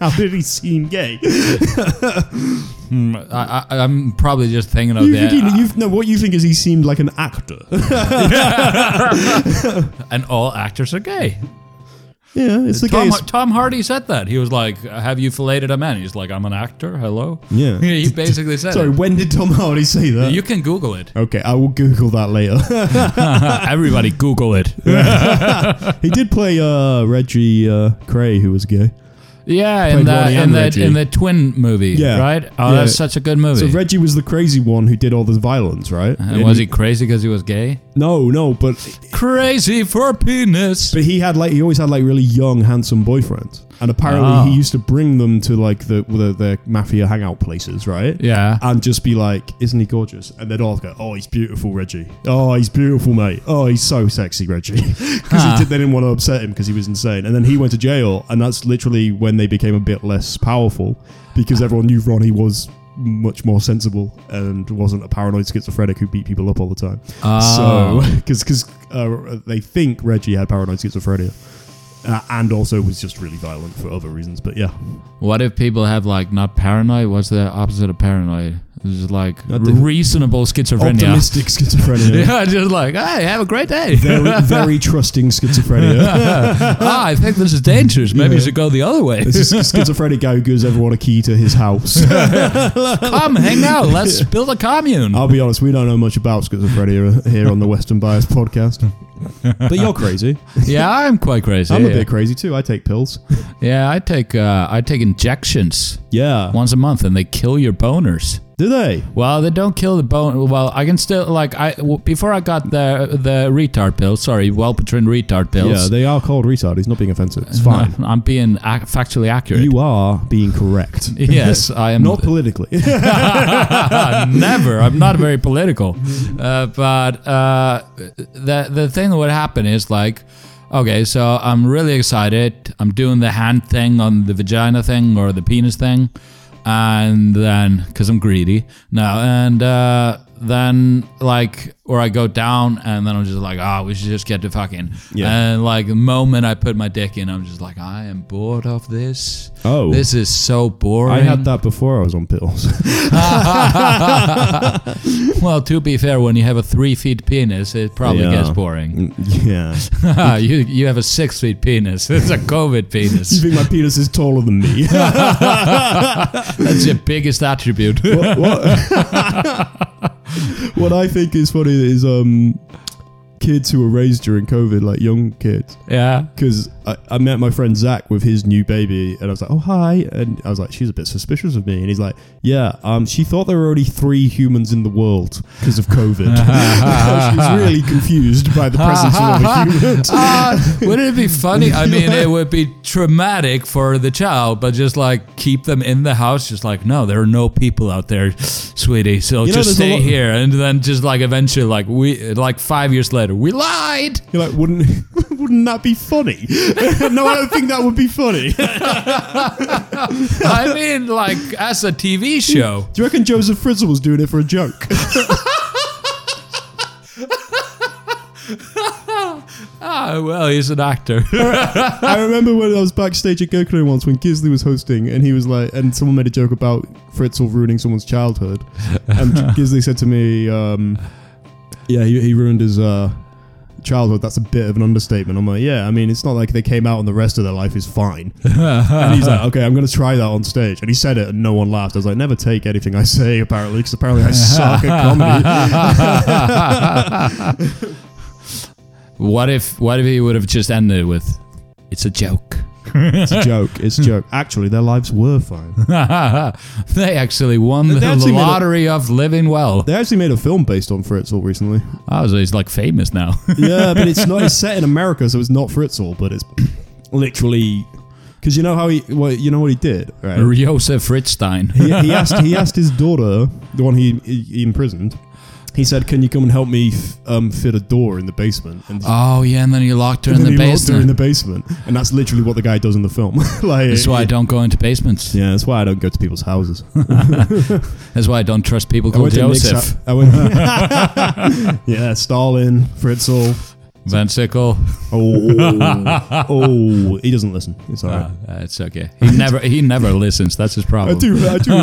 [SPEAKER 1] How did he seem <laughs> gay?
[SPEAKER 2] Hmm, I, I, I'm probably just thinking of
[SPEAKER 1] Mm. You
[SPEAKER 2] the,
[SPEAKER 1] think he, you no, what you think is he seemed like an actor. <laughs>
[SPEAKER 2] and all actors are gay.
[SPEAKER 1] yeah, it's the
[SPEAKER 2] Tom, <laughs>
[SPEAKER 1] gayest.
[SPEAKER 2] Tom Hardy said that. He was like, "Have you filleted a man?" He's like, "I'm an actor. Hello." <laughs>
[SPEAKER 1] Yeah.
[SPEAKER 2] He basically said,
[SPEAKER 1] Sorry,
[SPEAKER 2] it.
[SPEAKER 1] when did Tom Hardy say that?
[SPEAKER 2] "You can Google
[SPEAKER 1] <laughs>
[SPEAKER 2] it.
[SPEAKER 1] okay, I will Google that later. <laughs>
[SPEAKER 2] Everybody Google <laughs> it."
[SPEAKER 1] he did play uh, Reggie uh, Cray, who was gay.
[SPEAKER 2] yeah,
[SPEAKER 1] Played
[SPEAKER 2] in that
[SPEAKER 1] Ronnie
[SPEAKER 2] in
[SPEAKER 1] and
[SPEAKER 2] that
[SPEAKER 1] Reggie.
[SPEAKER 2] in the twin movie,
[SPEAKER 1] Yeah.
[SPEAKER 2] right? Oh,
[SPEAKER 1] Yeah.
[SPEAKER 2] that's such a good movie.
[SPEAKER 1] So Reggie was the crazy one who did all the violence, right?
[SPEAKER 2] and Uh, was he crazy because he was gay?
[SPEAKER 1] No, no, but
[SPEAKER 2] Crazy for penis.
[SPEAKER 1] But he had like he always had like really young, handsome boyfriends, and apparently
[SPEAKER 2] Ah.
[SPEAKER 1] he used to bring them to like the the, the mafia hangout places, right?
[SPEAKER 2] Yeah.
[SPEAKER 1] And just be like, "Isn't he gorgeous?" And they'd all go, "Oh, he's beautiful, Reggie. Oh, he's beautiful, mate. Oh, he's so sexy, Reggie." <laughs> Because
[SPEAKER 2] Huh.
[SPEAKER 1] did, they didn't want to upset him because he was insane. And then he went to jail, and that's literally when they became a bit less powerful because everyone knew Ronnie was much more sensible and wasn't a paranoid schizophrenic who beat people up all the time.
[SPEAKER 2] Oh.
[SPEAKER 1] <laughs> So, because because uh, they think Reggie had paranoid schizophrenia, uh, and also was just really violent for other reasons. But yeah,
[SPEAKER 2] What if people have like not paranoid? What's the opposite of paranoid? It's just like
[SPEAKER 1] the-
[SPEAKER 2] reasonable schizophrenia.
[SPEAKER 1] optimistic schizophrenia,
[SPEAKER 2] <laughs> Yeah, just like hey, have a great day.
[SPEAKER 1] very very trusting schizophrenia.
[SPEAKER 2] <laughs> ah, I think this is dangerous. Maybe you should go the other
[SPEAKER 1] <laughs>
[SPEAKER 2] way.
[SPEAKER 1] This is a schizophrenic guy who gives everyone a key to his house.
[SPEAKER 2] Come hang out. Let's build a commune.
[SPEAKER 1] I'll be honest, we don't know much about schizophrenia here on the Western Bias podcast. But
[SPEAKER 2] <laughs>
[SPEAKER 1] you're crazy.
[SPEAKER 2] yeah, I'm quite crazy.
[SPEAKER 1] I'm a
[SPEAKER 2] yeah.
[SPEAKER 1] bit crazy too. I take pills.
[SPEAKER 2] Yeah, I take uh, I take injections
[SPEAKER 1] Yeah.
[SPEAKER 2] once a month, and they kill your boners.
[SPEAKER 1] Do they?
[SPEAKER 2] Well, they don't kill the bone. Well, I can still like I w- before I got the the retard pill. Sorry, Wellbutrin retard pills.
[SPEAKER 1] Yeah, they are called retard. He's not being offensive. It's fine.
[SPEAKER 2] <laughs> I'm being ac- factually accurate.
[SPEAKER 1] You are being correct.
[SPEAKER 2] <laughs> yes, I am
[SPEAKER 1] <laughs>
[SPEAKER 2] <laughs>
[SPEAKER 1] Not politically.
[SPEAKER 2] Uh,
[SPEAKER 1] <laughs>
[SPEAKER 2] Never. I'm not very political. Uh, but uh, the the thing that would happen is like, okay, so I'm really excited. I'm doing the hand thing on the vagina thing or the penis thing, and then because I'm greedy now, and uh, then like, or I go down, and then I'm just like, ah, we should just get to fucking.
[SPEAKER 1] Yeah.
[SPEAKER 2] And like the moment I put my dick in, I'm just like, I am bored of this.
[SPEAKER 1] Oh.
[SPEAKER 2] this is so boring.
[SPEAKER 1] I had that before I was on pills. <laughs>
[SPEAKER 2] Well, to be fair, when you have a three feet penis, it probably
[SPEAKER 1] Yeah.
[SPEAKER 2] gets
[SPEAKER 1] <laughs>
[SPEAKER 2] boring. <laughs>
[SPEAKER 1] yeah.
[SPEAKER 2] you you have a six feet penis. <laughs> It's a COVID
[SPEAKER 1] You <laughs>
[SPEAKER 2] penis.
[SPEAKER 1] think my penis is taller than
[SPEAKER 2] <laughs>
[SPEAKER 1] me? what,
[SPEAKER 2] That's your biggest attribute. <laughs>
[SPEAKER 1] what- what I think is funny is um, kids who were raised during COVID, like young kids,
[SPEAKER 2] yeah.
[SPEAKER 1] because I, I met my friend Zach with his new baby, and I was like, "Oh hi," and I was like, "She's a bit suspicious of me," and he's like, "Yeah, um, she thought there were only three humans in the world because of COVID. <laughs> She's really confused by the presence of other humans."
[SPEAKER 2] Ah, wouldn't it be funny? I mean, it would be traumatic for the child, but just like keep them in the house. Just like, no, there are no people out there, sweetie. So
[SPEAKER 1] You know,
[SPEAKER 2] just
[SPEAKER 1] there's a
[SPEAKER 2] stay
[SPEAKER 1] lot-
[SPEAKER 2] here, and then just like eventually, like we, like five years later, We
[SPEAKER 1] <laughs>
[SPEAKER 2] lied.
[SPEAKER 1] You're like, wouldn't <laughs> wouldn't that be funny? <laughs> no, I don't think that would be funny. <laughs> Do
[SPEAKER 2] I mean, like as a TV
[SPEAKER 1] <laughs>
[SPEAKER 2] show.
[SPEAKER 1] you reckon Joseph Frizzle was doing it for a joke?
[SPEAKER 2] Ah, well, he's an actor.
[SPEAKER 1] <laughs> I remember when I was backstage at Gokulin once when Gisley was hosting, and he was like, and someone made a joke about Fritzl ruining someone's childhood, and Gisley said to me, um, "Yeah, he, he ruined his uh, childhood. That's a bit of an understatement." I'm like, "Yeah, I mean, it's not like they came out and the rest of their life is fine." and he's like, "Okay, I'm gonna try that on stage," and he said it, and no one laughed. I was like, "Never take anything I say, apparently, because apparently I suck at comedy."
[SPEAKER 2] what if? What if he would have just ended with, "It's a joke." <laughs>
[SPEAKER 1] it's a joke. It's a joke. Actually, their lives were fine.
[SPEAKER 2] they actually won the
[SPEAKER 1] actually made a-
[SPEAKER 2] lottery of living well.
[SPEAKER 1] They actually made a film based on Fritzl recently.
[SPEAKER 2] Oh, so he's like famous now.
[SPEAKER 1] yeah, but it's not. It's set in America, so it's not Fritzl, but it's literally because you know how he. Well, you know what he did,
[SPEAKER 2] <laughs>
[SPEAKER 1] right?
[SPEAKER 2] Josef Ritzstein.
[SPEAKER 1] He, he asked. He asked his daughter, the one he, he, he imprisoned. He said, "Can you come and help me f- um, fit a door in the basement?" And
[SPEAKER 2] Oh yeah, and then he locked her
[SPEAKER 1] and
[SPEAKER 2] in the
[SPEAKER 1] then he locked her in
[SPEAKER 2] basement.
[SPEAKER 1] the basement, and that's literally what the guy does in the film. <laughs> like,
[SPEAKER 2] That's why I don't go into basements.
[SPEAKER 1] yeah, that's why I don't go to people's houses.
[SPEAKER 2] That's why I don't trust people
[SPEAKER 1] I
[SPEAKER 2] called
[SPEAKER 1] to Nick's
[SPEAKER 2] Joseph.
[SPEAKER 1] hou- I went- <laughs> yeah, Stalin, Fritzl.
[SPEAKER 2] Van
[SPEAKER 1] <laughs>
[SPEAKER 2] Sickle. <laughs>
[SPEAKER 1] Oh, oh, he doesn't listen. It's all right.
[SPEAKER 2] Uh, it's okay. He never he never listens. That's his
[SPEAKER 1] I
[SPEAKER 2] problem.
[SPEAKER 1] do, I do,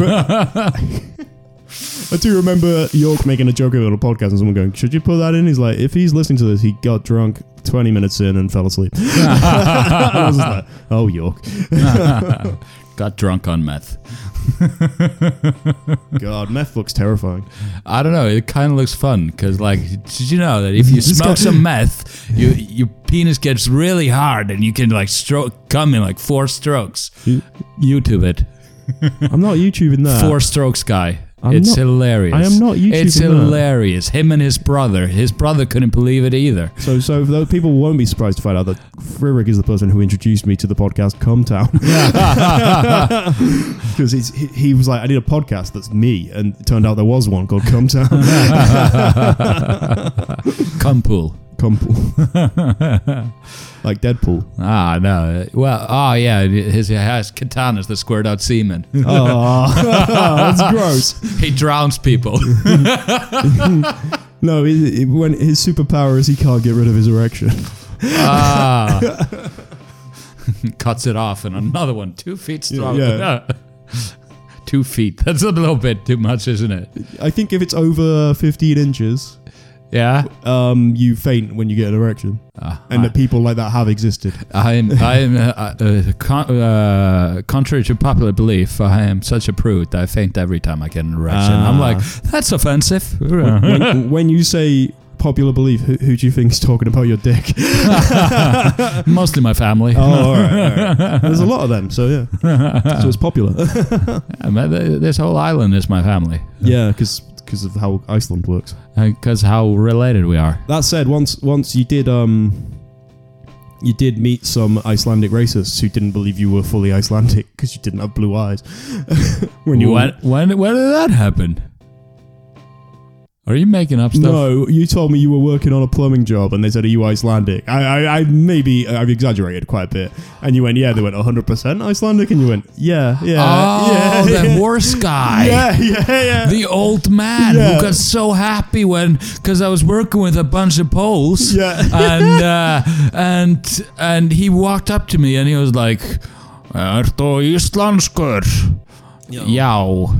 [SPEAKER 1] I do remember York making a joke of it on a podcast, and someone going, "Should you put that in?" He's like, "If he's listening to this, he got drunk twenty minutes in and fell asleep." <laughs> I was just like, "Oh, York,
[SPEAKER 2] <laughs>
[SPEAKER 1] <laughs>
[SPEAKER 2] Got drunk on meth.
[SPEAKER 1] God, meth looks terrifying."
[SPEAKER 2] I don't know. It kind of looks fun because, like, did you know that if you
[SPEAKER 1] <laughs> This
[SPEAKER 2] smoke
[SPEAKER 1] guy-
[SPEAKER 2] some meth, you your penis gets really hard and you can like stroke come in like four strokes.
[SPEAKER 1] You-
[SPEAKER 2] YouTube it.
[SPEAKER 1] I'm not YouTubing that.
[SPEAKER 2] Four strokes guy.
[SPEAKER 1] Ah. I'm
[SPEAKER 2] it's
[SPEAKER 1] not-
[SPEAKER 2] hilarious.
[SPEAKER 1] I am not
[SPEAKER 2] It's
[SPEAKER 1] YouTubing that.
[SPEAKER 2] hilarious. Him and his brother. His brother couldn't believe it either. <laughs>
[SPEAKER 1] So, so for those people won't be surprised to find out that Friedrich is the person who introduced me to the podcast Come Town. <laughs> Because he, he was like, I need a podcast that's me. And it turned out there was one called Come Town.
[SPEAKER 2] Come pool.
[SPEAKER 1] Come <laughs> like <laughs> Deadpool.
[SPEAKER 2] Ah no. Well, oh yeah. His he has katanas that squirt out
[SPEAKER 1] <laughs>
[SPEAKER 2] semen.
[SPEAKER 1] Oh, <laughs> that's gross.
[SPEAKER 2] he drowns people.
[SPEAKER 1] <laughs> No, he, he- when his superpower is he can't get rid of his erection.
[SPEAKER 2] ah. Cuts it off, and another one, two feet strong.
[SPEAKER 1] Yeah.
[SPEAKER 2] <laughs> two feet. That's a little bit too much, isn't it?
[SPEAKER 1] I think if it's over 15 inches,
[SPEAKER 2] Yeah. Uh,
[SPEAKER 1] um, you faint when you get an erection. and that people like that have <laughs> existed.
[SPEAKER 2] I am. I am. Uh, uh, con- uh, contrary to popular belief, I am such a prude. I faint every time I get an erection. I'm like, that's offensive.
[SPEAKER 1] Ah. when, <laughs> when you say popular belief, who, who do you think is talking about your <laughs> dick?
[SPEAKER 2] <laughs> Mostly my family.
[SPEAKER 1] Oh, all right, all
[SPEAKER 2] <laughs>
[SPEAKER 1] right. There's a lot of them, so yeah. So it's popular. <laughs>
[SPEAKER 2] I mean, th- This whole island is my family
[SPEAKER 1] yeah, because of how Iceland works.
[SPEAKER 2] because how related we are.
[SPEAKER 1] That said, once once you did um, you did meet some Icelandic racists who didn't believe you were fully Icelandic because you didn't have blue eyes. <laughs> when you
[SPEAKER 2] when, when when did that happen? Are you making up stuff?
[SPEAKER 1] No, you told me you were working on a plumbing job, and they said, "Are you Icelandic?" I, I, I maybe uh, I've exaggerated quite a bit, and you went, "Yeah." They went, "100 percent Icelandic," and you went, "Yeah, yeah,
[SPEAKER 2] Oh,
[SPEAKER 1] <laughs> yeah,
[SPEAKER 2] that
[SPEAKER 1] yeah,
[SPEAKER 2] worse guy.
[SPEAKER 1] yeah, yeah, yeah."
[SPEAKER 2] The old man
[SPEAKER 1] Yeah.
[SPEAKER 2] who got so happy when, because I was working with a bunch of Poles,
[SPEAKER 1] Yeah.
[SPEAKER 2] and uh, and and he walked up to me and he was like, "Ertu Íslenskur?" Yow.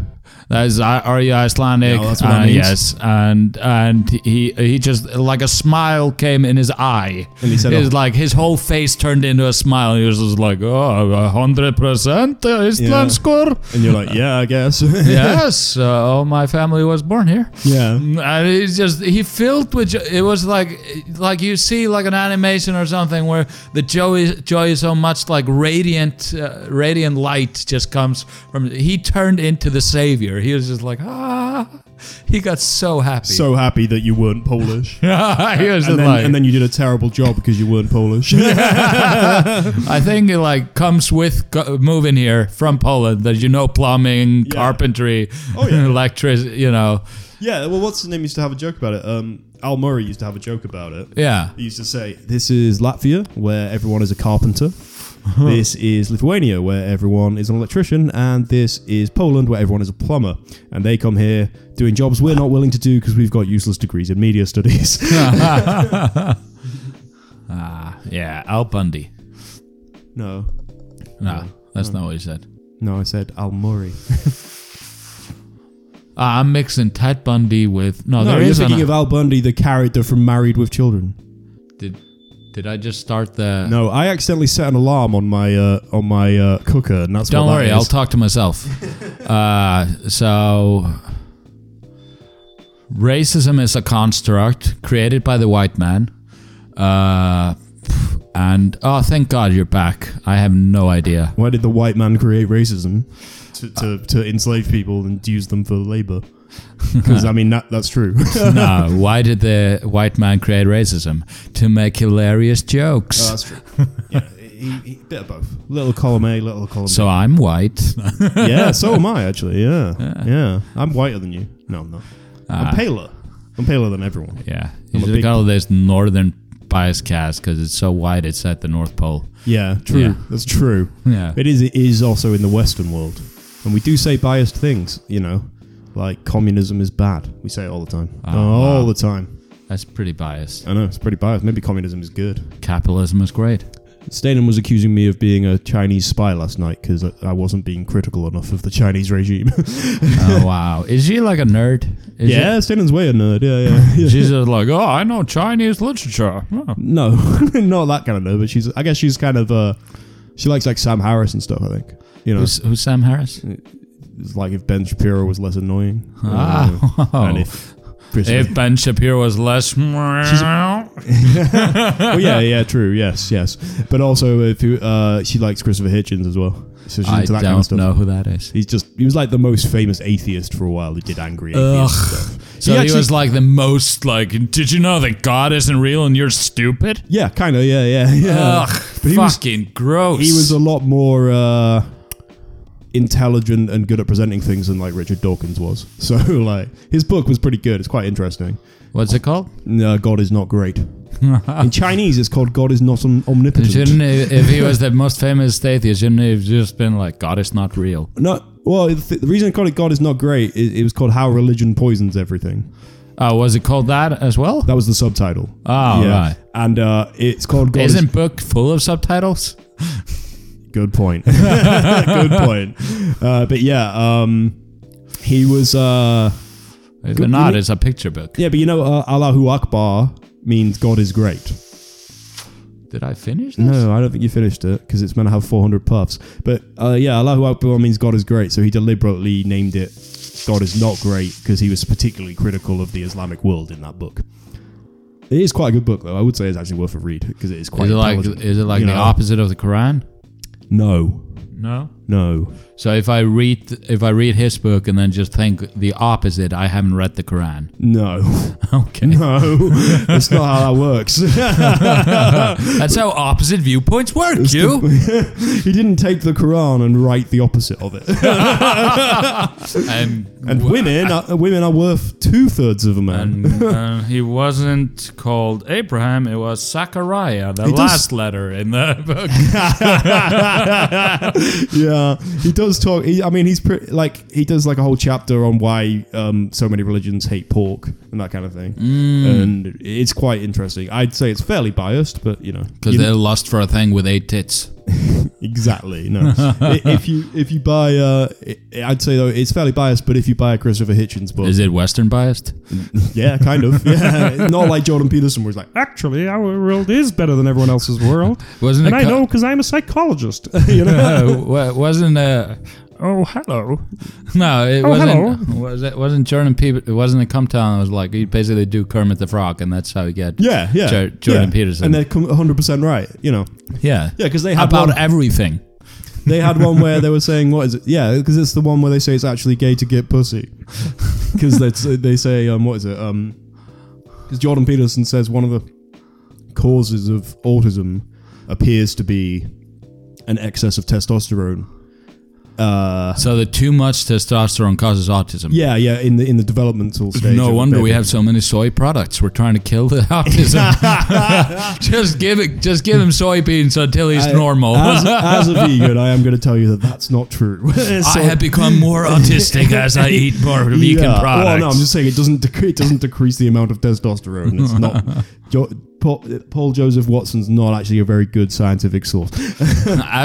[SPEAKER 2] That's are you Icelandic?
[SPEAKER 1] Yeah, that's what that
[SPEAKER 2] Uh,
[SPEAKER 1] means.
[SPEAKER 2] Yes, and and he he just like a smile came in his eye.
[SPEAKER 1] And he said,
[SPEAKER 2] It was
[SPEAKER 1] "Oh."
[SPEAKER 2] like his whole face turned into a smile. He was just like, "Oh, hundred percent Íslenskur."
[SPEAKER 1] and you're like, "Yeah, I guess." <laughs>
[SPEAKER 2] yes, uh, all my family was born here.
[SPEAKER 1] yeah.
[SPEAKER 2] And it's just uh, he filled with jo- it was like like you see like an animation or something where the joy joy is so much like radiant uh, radiant light just comes from he turned into the savior. He was just like ah, he got so happy.
[SPEAKER 1] So happy that you weren't Polish.
[SPEAKER 2] <laughs> he was just
[SPEAKER 1] And then,
[SPEAKER 2] like,
[SPEAKER 1] and then you did a terrible job because you weren't Polish. <laughs> yeah,
[SPEAKER 2] I think it like comes with go- moving here from Poland that you know plumbing,
[SPEAKER 1] Yeah.
[SPEAKER 2] carpentry,
[SPEAKER 1] Oh, yeah.
[SPEAKER 2] <laughs> electric, you know.
[SPEAKER 1] well, what's the name used to have a joke about it? Um, Al Murray used to have a joke about it.
[SPEAKER 2] Yeah.
[SPEAKER 1] He used to say, "This is Latvia, where everyone is a carpenter.
[SPEAKER 2] Uh-huh.
[SPEAKER 1] this is Lithuania, where everyone is an electrician, and this is Poland, where everyone is a plumber. And they come here doing jobs we're not willing to do because we've got useless degrees in media
[SPEAKER 2] <laughs>
[SPEAKER 1] studies."
[SPEAKER 2] Ah, yeah. Al Bundy.
[SPEAKER 1] no,
[SPEAKER 2] No, that's not what he said.
[SPEAKER 1] no, I said Al Murray.
[SPEAKER 2] Oh, Ah, I'm mixing Ted Bundy with no.
[SPEAKER 1] No,
[SPEAKER 2] there
[SPEAKER 1] you're
[SPEAKER 2] is an,
[SPEAKER 1] thinking of Al Bundy, the character from Married with Children.
[SPEAKER 2] did did I just start the?
[SPEAKER 1] No, I accidentally set an alarm on my uh, on my uh, cooker, and that's
[SPEAKER 2] Don't
[SPEAKER 1] what that
[SPEAKER 2] worry, I'll
[SPEAKER 1] is.
[SPEAKER 2] talk to
[SPEAKER 1] <laughs>
[SPEAKER 2] myself. uh, so, racism is a construct created by the white man. Uh, and oh, thank God you're back. I have no
[SPEAKER 1] <laughs>
[SPEAKER 2] idea.
[SPEAKER 1] Why did the white man create racism? To, to, to enslave people and use them for <laughs> labor. Because, I mean, that, that's true. Oh,
[SPEAKER 2] no, why did the white man create racism? To make hilarious jokes.
[SPEAKER 1] <laughs> that's true. Yeah, he, he, bit of both. Little column A, little column
[SPEAKER 2] so I'm white.
[SPEAKER 1] B. <laughs> Yeah, so am I, actually. Yeah. Yeah. Ah. I'm whiter than you. No, I'm not. I'm paler. I'm paler than everyone.
[SPEAKER 2] yeah,
[SPEAKER 1] I'm
[SPEAKER 2] you
[SPEAKER 1] a
[SPEAKER 2] just
[SPEAKER 1] big-
[SPEAKER 2] call this northern bias cast because it's so white. It's at the North Pole.
[SPEAKER 1] Yeah, true.
[SPEAKER 2] Yeah.
[SPEAKER 1] That's true.
[SPEAKER 2] Yeah.
[SPEAKER 1] It is, it is also in the Western world. And we do say biased things, you know, like communism is bad. We say it all the time. all the time.
[SPEAKER 2] That's pretty biased.
[SPEAKER 1] I know, it's pretty biased. Maybe communism is good.
[SPEAKER 2] Capitalism is great.
[SPEAKER 1] Stanen was accusing me of being a Chinese spy last night because I wasn't being critical enough of the Chinese regime. <laughs>
[SPEAKER 2] oh wow! Is she like a nerd? Is
[SPEAKER 1] yeah, Stanen's way a nerd. Yeah, yeah. <laughs>
[SPEAKER 2] she- she's just like, oh, I know Chinese literature. Oh.
[SPEAKER 1] no, <laughs> not that kind of nerd. But she's, I guess, she's kind of. Uh, she likes like Sam Harris and stuff. I think. You know,
[SPEAKER 2] Who's, who's Sam Harris?
[SPEAKER 1] it's like if Ben Shapiro was less annoying.
[SPEAKER 2] Ah,
[SPEAKER 1] Uh, and if. Chris-
[SPEAKER 2] If Ben Shapiro was less,
[SPEAKER 1] well,
[SPEAKER 2] <laughs>
[SPEAKER 1] yeah, yeah, true. Yes, yes. But also, if you, uh, she likes Christopher Hitchens as well. So she's
[SPEAKER 2] I
[SPEAKER 1] into that
[SPEAKER 2] don't
[SPEAKER 1] kind of stuff.
[SPEAKER 2] know who that is.
[SPEAKER 1] He's just he was like the most famous atheist for a while. He did angry
[SPEAKER 2] Ugh.
[SPEAKER 1] atheist stuff.
[SPEAKER 2] So he,
[SPEAKER 1] actually-
[SPEAKER 2] was like the most like. Did you know that God isn't real and you're stupid?
[SPEAKER 1] Yeah, kind of. Yeah, yeah, <laughs> yeah.
[SPEAKER 2] Ugh,
[SPEAKER 1] but he was
[SPEAKER 2] fucking gross.
[SPEAKER 1] he was a lot more uh, intelligent and good at presenting things than like Richard Dawkins was. <laughs> So like his book was pretty good. It's quite interesting.
[SPEAKER 2] What's it called?
[SPEAKER 1] No, God is
[SPEAKER 2] <laughs>
[SPEAKER 1] not great. In Chinese, it's called God is not om- omnipotent.
[SPEAKER 2] Shouldn't he- if he was the most famous atheist, shouldn't he have just been like, God is not real?
[SPEAKER 1] No, well, the, th- the reason I called it God is not great is it was called How Religion Poisons Everything.
[SPEAKER 2] Oh, was it called that as well?
[SPEAKER 1] That was the subtitle.
[SPEAKER 2] Oh, right.
[SPEAKER 1] And uh, it's called God is
[SPEAKER 2] Isn't book full of subtitles?
[SPEAKER 1] Good
[SPEAKER 2] <laughs>
[SPEAKER 1] point. <laughs> Good point. Uh, but yeah, um, he was. Uh,
[SPEAKER 2] If
[SPEAKER 1] Good-
[SPEAKER 2] they're not,
[SPEAKER 1] you-
[SPEAKER 2] it's a picture book.
[SPEAKER 1] yeah, but you know, uh, Allahu Akbar means God is great.
[SPEAKER 2] Did I finish this?
[SPEAKER 1] No, I don't think you finished it because it's meant to have 400 puffs. But uh, yeah, Allahu Akbar means God is great. So he deliberately named it God is not great because he was particularly critical of the Islamic world in that book. It is quite a good book, though. I would say it's actually worth a read because it is quite.
[SPEAKER 2] Is it like
[SPEAKER 1] intelligent,
[SPEAKER 2] is it like
[SPEAKER 1] you
[SPEAKER 2] the
[SPEAKER 1] know?
[SPEAKER 2] opposite of the Quran?
[SPEAKER 1] No,
[SPEAKER 2] No.
[SPEAKER 1] no.
[SPEAKER 2] So if I read th- if I read his book and then just think the opposite, I haven't read the Quran. <laughs>
[SPEAKER 1] No, <laughs>
[SPEAKER 2] Okay.
[SPEAKER 1] no, that's not how that works.
[SPEAKER 2] That's how opposite viewpoints work, you.
[SPEAKER 1] <laughs> he didn't take the Quran and write the opposite of it.
[SPEAKER 2] and
[SPEAKER 1] And women, <laughs> are, women are worth two thirds of a man.
[SPEAKER 2] <laughs> uh, he wasn't called Abraham, it was Zachariah, the
[SPEAKER 1] does- last
[SPEAKER 2] letter in the <laughs> book.
[SPEAKER 1] <laughs> yeah, he does talk. He, I mean, he's pretty like he does like a whole chapter on why um, so many religions hate pork and that kind of thing. And it's quite interesting. I'd say it's fairly biased, but you know,
[SPEAKER 2] Because
[SPEAKER 1] you-
[SPEAKER 2] they lust for a thing with eight tits.
[SPEAKER 1] <laughs> exactly <laughs> no. I- if you if you buy, uh, i I'd say though it's fairly biased. But if you buy a Christopher Hitchens book,
[SPEAKER 2] Is it Western <laughs> biased?
[SPEAKER 1] <laughs> yeah, kind of, <laughs> yeah, not like Jordan Peterson, where he's like, <laughs>
[SPEAKER 3] Actually, our world is better than everyone else's world.
[SPEAKER 2] <laughs> Wasn't
[SPEAKER 3] and
[SPEAKER 2] it
[SPEAKER 3] I
[SPEAKER 2] co-
[SPEAKER 3] know because I'm a psychologist. <laughs>
[SPEAKER 1] you
[SPEAKER 2] <laughs>
[SPEAKER 1] know,
[SPEAKER 2] Uh, wa- wasn't uh,
[SPEAKER 3] oh, hello.
[SPEAKER 2] No, it
[SPEAKER 3] Oh,
[SPEAKER 2] wasn't. Was it wasn't Jordan Peterson? It wasn't a come down. It was like you basically do Kermit the Frog, and that's how you get.
[SPEAKER 1] yeah, yeah,
[SPEAKER 2] Jo- Jordan
[SPEAKER 1] yeah.
[SPEAKER 2] Peterson.
[SPEAKER 1] and they're one hundred percent right, you know,
[SPEAKER 2] yeah,
[SPEAKER 1] yeah, because they have
[SPEAKER 2] About
[SPEAKER 1] one-
[SPEAKER 2] everything.
[SPEAKER 1] They had one where they were saying, "What is it?" Yeah, because it's the one where they say it's actually gay to get
[SPEAKER 2] <laughs>
[SPEAKER 1] pussy. Because they they say, um, "What is it?" Um, because Jordan Peterson says one of the causes of autism appears to be an excess of testosterone, Uh,
[SPEAKER 2] So the too much testosterone causes autism.
[SPEAKER 1] yeah, yeah, in the in the developmental stage.
[SPEAKER 2] No
[SPEAKER 1] of
[SPEAKER 2] wonder we
[SPEAKER 1] baby.
[SPEAKER 2] have so many soy products. We're trying to kill the <laughs>
[SPEAKER 1] <laughs>
[SPEAKER 2] autism. just give it. Just give him soybeans until he's
[SPEAKER 1] I-
[SPEAKER 2] normal. <laughs>
[SPEAKER 1] As, as a vegan, I am going to tell you that that's not true. <laughs>
[SPEAKER 2] I have become more autistic as I eat more
[SPEAKER 1] <laughs>
[SPEAKER 2] vegan products.
[SPEAKER 1] Well, no, I'm just saying it doesn't dec- it doesn't decrease the amount of testosterone. It's not. Jo- Paul, Paul Joseph Watson's not actually a very good scientific source.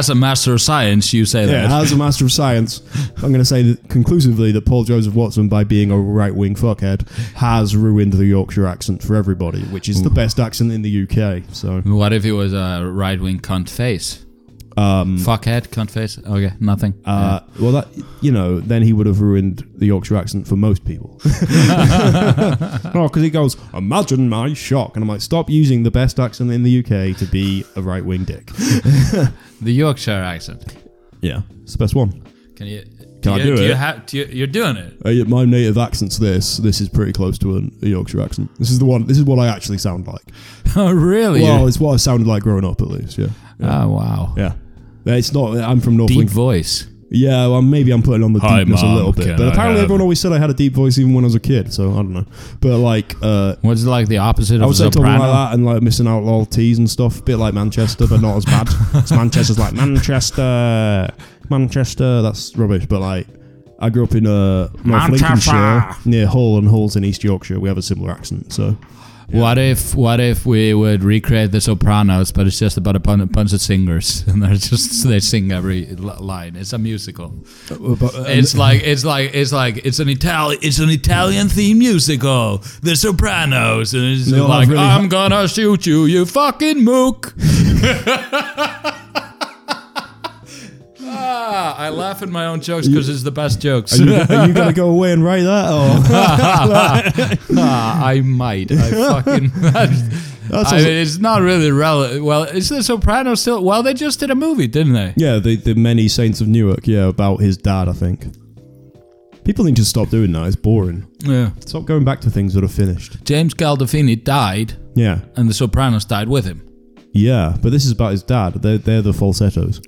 [SPEAKER 2] as a master of science, you say that.
[SPEAKER 1] Yeah, as a master of science, I'm going to say that conclusively that Paul Joseph Watson, by being a right wing fuckhead, has ruined the Yorkshire accent for everybody, which is the best accent in the UK. So
[SPEAKER 2] What if it was a right wing cunt face? Um, Fuckhead cunt face. Okay, nothing.
[SPEAKER 1] Uh, Well, that you know, then he would have ruined the Yorkshire accent for most <laughs> people. no, because he goes, "Imagine my shock," and I'm like, "Stop using the best accent in the UK to be a right wing dick."
[SPEAKER 2] the Yorkshire accent.
[SPEAKER 1] Yeah, it's the best one.
[SPEAKER 2] Can you?
[SPEAKER 1] Can I
[SPEAKER 2] you,
[SPEAKER 1] do
[SPEAKER 2] You
[SPEAKER 1] it?
[SPEAKER 2] have, do you, you're doing it.
[SPEAKER 1] Uh, yeah, my native accent's this. This is pretty close to an, a Yorkshire accent. This is the one. This is what I actually sound like.
[SPEAKER 2] oh, <laughs> really?
[SPEAKER 1] <laughs> Well, it's what I sounded like growing up, at least. Yeah,
[SPEAKER 2] oh, wow.
[SPEAKER 1] yeah. It's not. I'm from North.
[SPEAKER 2] Deep
[SPEAKER 1] Lincoln.
[SPEAKER 2] voice.
[SPEAKER 1] Yeah, well, maybe I'm putting on the
[SPEAKER 2] Hi,
[SPEAKER 1] deepness
[SPEAKER 2] Mom,
[SPEAKER 1] a little bit,
[SPEAKER 2] can
[SPEAKER 1] but
[SPEAKER 2] I
[SPEAKER 1] apparently
[SPEAKER 2] have-
[SPEAKER 1] everyone always said I had a deep voice even when I was a kid. So I don't know. But like, uh,
[SPEAKER 2] What's it like the opposite
[SPEAKER 1] I
[SPEAKER 2] of
[SPEAKER 1] would say talking
[SPEAKER 2] soprano?
[SPEAKER 1] like that and like missing out on all T's and stuff. A bit like Manchester, but not
[SPEAKER 2] <laughs>
[SPEAKER 1] as bad. 'Cause Manchester's like Manchester, Manchester. That's rubbish. But like, I grew up in uh, North Lincolnshire near Hull, and Hull's in East Yorkshire. We have a similar accent. So
[SPEAKER 2] What if what if we would recreate the Sopranos, but it's just about a bunch, bunch of singers, <laughs> and they're just they sing every li- line. It's a musical. it's like it's like it's like it's an Italian it's an Italian theme musical, The Sopranos, and it's
[SPEAKER 1] They'll have
[SPEAKER 2] like
[SPEAKER 1] really
[SPEAKER 2] I'm gonna shoot you, you fucking mook. <laughs> ah, I laugh at my own jokes because it's the best jokes.
[SPEAKER 1] are you, are you gonna go away and write that? Or?
[SPEAKER 2] <laughs> Ah, I might. I fucking. <laughs>
[SPEAKER 1] <laughs> That's
[SPEAKER 2] I
[SPEAKER 1] also-
[SPEAKER 2] mean, it's not really relevant. Well, is The Sopranos still? Well, they just did a movie, didn't they?
[SPEAKER 1] yeah, the the many saints of Newark. Yeah, about his dad, I think. People need to stop doing that. It's boring.
[SPEAKER 2] Yeah.
[SPEAKER 1] Stop going back to things that are finished.
[SPEAKER 2] James Gandolfini died,
[SPEAKER 1] Yeah,
[SPEAKER 2] and The Sopranos died with him.
[SPEAKER 1] yeah, but this is about his dad. They're, they're the falsettos.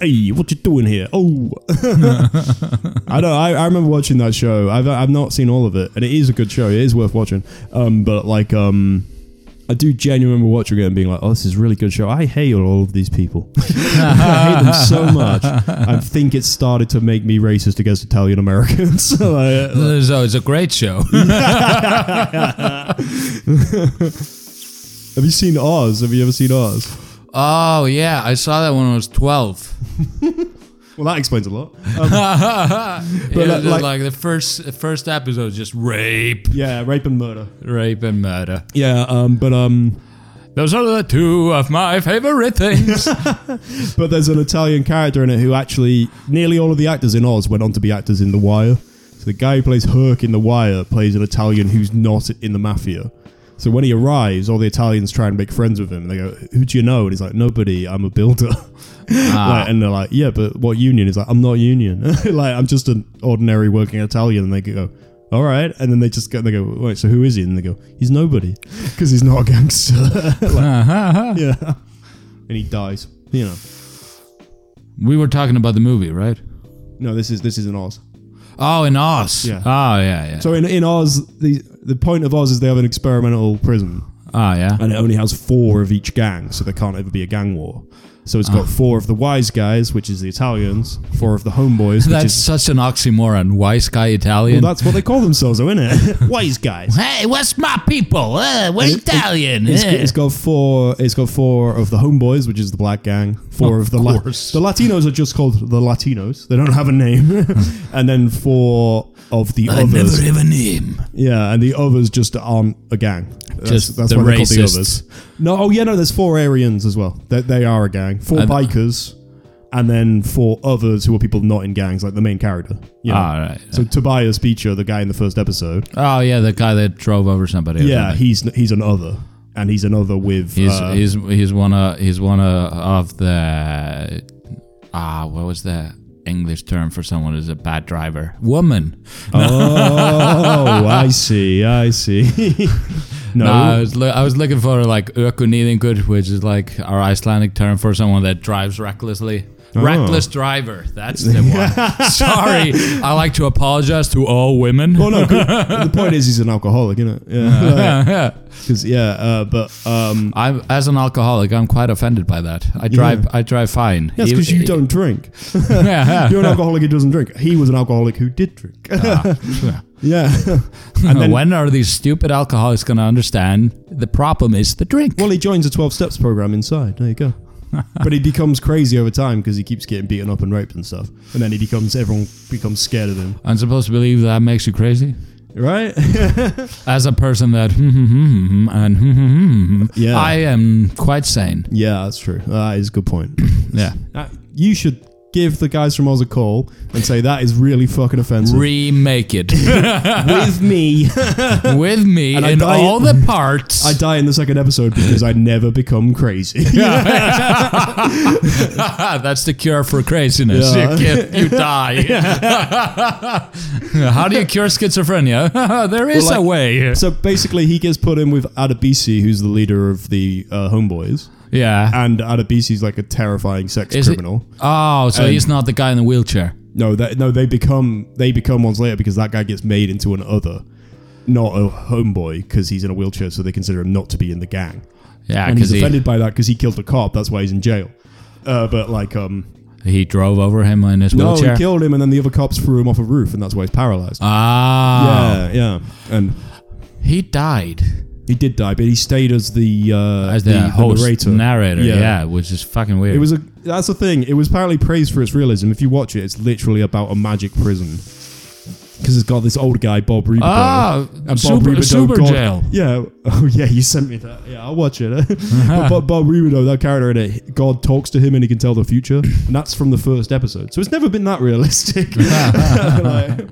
[SPEAKER 1] hey, what you doing here? Oh, <laughs> I don't. I, I remember watching that show. I've I've not seen all of it, and it is a good show. It is worth watching. Um, but like um. I do genuinely remember watching it and being like, "Oh, this is a really good show." I hate all of these people. <laughs> I hate them so much. I think it started to make me racist against Italian Americans. <laughs> so I-
[SPEAKER 2] So it's a great show. <laughs>
[SPEAKER 1] have you seen Oz? Have you ever seen Oz?
[SPEAKER 2] oh yeah, I saw that when I was
[SPEAKER 1] <laughs>
[SPEAKER 2] twelve.
[SPEAKER 1] Well, that explains a lot.
[SPEAKER 2] It was
[SPEAKER 1] uh, like-
[SPEAKER 2] just like, the first first episode, was just rape,
[SPEAKER 1] Yeah, rape and murder.
[SPEAKER 2] rape and murder.
[SPEAKER 1] Yeah, um, but um,
[SPEAKER 2] Those are the two of my favorite
[SPEAKER 1] <laughs>
[SPEAKER 2] things.
[SPEAKER 1] but there's an Italian character in it who actually nearly all of the actors in Oz went on to be actors in The Wire. So the guy who plays Herc in The Wire plays an Italian who's not in the mafia. So when he arrives, all the Italians try and make friends with him. They go, "Who do you know?" And he's like, "Nobody. I'm a builder." <laughs> like, and they're like, "Yeah, but what union?" He's like, "I'm not union. <laughs> like I'm just an ordinary working Italian." And they go. All right, and then they just go. They go. Wait, so who is he? And they go. He's nobody, <laughs> because he's not a gangster. <laughs> Like, yeah, and he dies. You know.
[SPEAKER 2] we were talking about the movie, right?
[SPEAKER 1] No, this is this is in Oz.
[SPEAKER 2] Oh, in Oz.
[SPEAKER 1] Yeah.
[SPEAKER 2] Oh yeah, yeah.
[SPEAKER 1] So in, in Oz, the the point of Oz is they have an experimental prison,
[SPEAKER 2] oh yeah.
[SPEAKER 1] and it only has four of each gang, so there can't ever be a gang war. So it's
[SPEAKER 2] Ah.
[SPEAKER 1] got four of the wise guys, which is the Italians, four of the homeboys, which
[SPEAKER 2] That's
[SPEAKER 1] is
[SPEAKER 2] such an oxymoron. Wise guy Italian.
[SPEAKER 1] well, that's what they call themselves, though, isn't
[SPEAKER 2] <laughs>
[SPEAKER 1] it? wise guys.
[SPEAKER 2] hey, what's my people? Uh, we're
[SPEAKER 1] it-
[SPEAKER 2] Italian.
[SPEAKER 1] It's,
[SPEAKER 2] uh.
[SPEAKER 1] it's got four. It's got four of the homeboys, which is the black gang. Four of, the La-
[SPEAKER 2] course.
[SPEAKER 1] the Latinos are just called the Latinos. They don't have
[SPEAKER 2] <laughs>
[SPEAKER 1] a name, and then four of the
[SPEAKER 2] I never
[SPEAKER 1] others.
[SPEAKER 2] have a name.
[SPEAKER 1] Yeah, and the others just aren't a gang. That's,
[SPEAKER 2] Just
[SPEAKER 1] that's
[SPEAKER 2] the
[SPEAKER 1] why they're called the
[SPEAKER 2] racists.
[SPEAKER 1] others. No, oh yeah, no. There's four Aryans as well. They, they are a gang. Four
[SPEAKER 2] And-
[SPEAKER 1] bikers, and then four others who are people not in gangs, like the main character. You know?
[SPEAKER 2] All Ah, right.
[SPEAKER 1] So Tobias Beecher, the guy in the first episode,
[SPEAKER 2] Oh yeah, the guy that drove over somebody. or
[SPEAKER 1] yeah,
[SPEAKER 2] something.
[SPEAKER 1] he's he's an other, and he's an other with
[SPEAKER 2] he's
[SPEAKER 1] uh,
[SPEAKER 2] he's he's one of he's one of, of the ah what was the English term for someone who's a bad driver? Woman.
[SPEAKER 1] oh, I see, I see. <laughs> no,
[SPEAKER 2] No, I was, loo- I was looking for like Ökunidingur, which is like our Icelandic term for someone that drives recklessly.
[SPEAKER 1] Oh.
[SPEAKER 2] Reckless driver. That's the
[SPEAKER 1] <laughs>
[SPEAKER 2] one. Sorry, I like to apologize to all women. <laughs>
[SPEAKER 1] Well, Oh, no. 'cause the point is, he's an alcoholic, you know. Yeah, because yeah, uh, but um,
[SPEAKER 2] I'm as an alcoholic, I'm quite offended by that. I drive, I drive fine.
[SPEAKER 1] that's
[SPEAKER 2] <laughs>
[SPEAKER 1] because you don't drink. <laughs> You're an alcoholic who doesn't drink. He was an alcoholic who did drink. Ah, yeah.
[SPEAKER 2] <laughs> And when are these stupid alcoholics going to understand the problem is the drink?
[SPEAKER 1] Well, he joins a 12 steps program inside. There you go. but he becomes crazy over time because he keeps getting beaten up and raped and stuff. And then he becomes, everyone becomes scared of him.
[SPEAKER 2] I'm supposed to believe that makes you crazy?
[SPEAKER 1] Right?
[SPEAKER 2] As a person that hmm, hmm, hmm, hmm, and hmm, hmm, hmm, hmm,
[SPEAKER 1] Yeah.
[SPEAKER 2] I am quite sane.
[SPEAKER 1] <laughs> yeah, that's true. Ah, That is a good point.
[SPEAKER 2] Yeah.
[SPEAKER 1] Uh, you should give the guys from Oz a call and say, that is really fucking offensive.
[SPEAKER 2] Remake it
[SPEAKER 1] <laughs> With <laughs> me.
[SPEAKER 2] with me
[SPEAKER 1] And I
[SPEAKER 2] in
[SPEAKER 1] die-
[SPEAKER 2] all
[SPEAKER 1] <laughs>
[SPEAKER 2] the parts.
[SPEAKER 1] I die in the second episode because I never become crazy.
[SPEAKER 2] Ah, That's the cure for craziness.
[SPEAKER 1] Yeah.
[SPEAKER 2] You, get, you
[SPEAKER 1] <laughs>
[SPEAKER 2] die. <laughs> How do you cure schizophrenia? <laughs> there is
[SPEAKER 1] Well,
[SPEAKER 2] a
[SPEAKER 1] like-
[SPEAKER 2] way.
[SPEAKER 1] <laughs> so basically, he gets put in with Adabisi, who's the leader of the uh, Homeboys.
[SPEAKER 2] Yeah.
[SPEAKER 1] And Adabisi's like a terrifying sex
[SPEAKER 2] Is it-
[SPEAKER 1] criminal.
[SPEAKER 2] Oh, so he's not the guy in the wheelchair.
[SPEAKER 1] No, that no, they become they become ones later because that guy gets made into an other, not a homeboy because he's in a wheelchair, so they consider him not to be in the gang.
[SPEAKER 2] Yeah,
[SPEAKER 1] And he's
[SPEAKER 2] because Ah, he,
[SPEAKER 1] offended by that because he killed a cop. That's why he's in jail. Uh, but like, um,
[SPEAKER 2] he drove over him in his
[SPEAKER 1] no,
[SPEAKER 2] wheelchair.
[SPEAKER 1] he killed him, and then the other cops threw him off a roof, and that's why he's paralyzed.
[SPEAKER 2] ah,
[SPEAKER 1] Yeah, yeah, and
[SPEAKER 2] Oh. he died
[SPEAKER 1] he did die, but he stayed as the uh,
[SPEAKER 2] as the, host narrator. yeah. which is fucking weird.
[SPEAKER 1] It was a that's the thing. It was apparently praised for its realism. If you watch it, it's literally about a magic prison because it's got this old guy Bob Rebideau.
[SPEAKER 2] ah
[SPEAKER 1] And Bob
[SPEAKER 2] super,
[SPEAKER 1] Rebideau
[SPEAKER 2] super
[SPEAKER 1] got-
[SPEAKER 2] jail.
[SPEAKER 1] Yeah. <laughs> Oh yeah, you sent me that. Yeah, I'll watch it. <laughs>
[SPEAKER 2] Uh-huh.
[SPEAKER 1] but Bob, Bob Rebideau, that character in it, God talks to him and he can tell the future, and that's from the first episode. So it's never been
[SPEAKER 2] <laughs>
[SPEAKER 1] that realistic. <laughs> Like,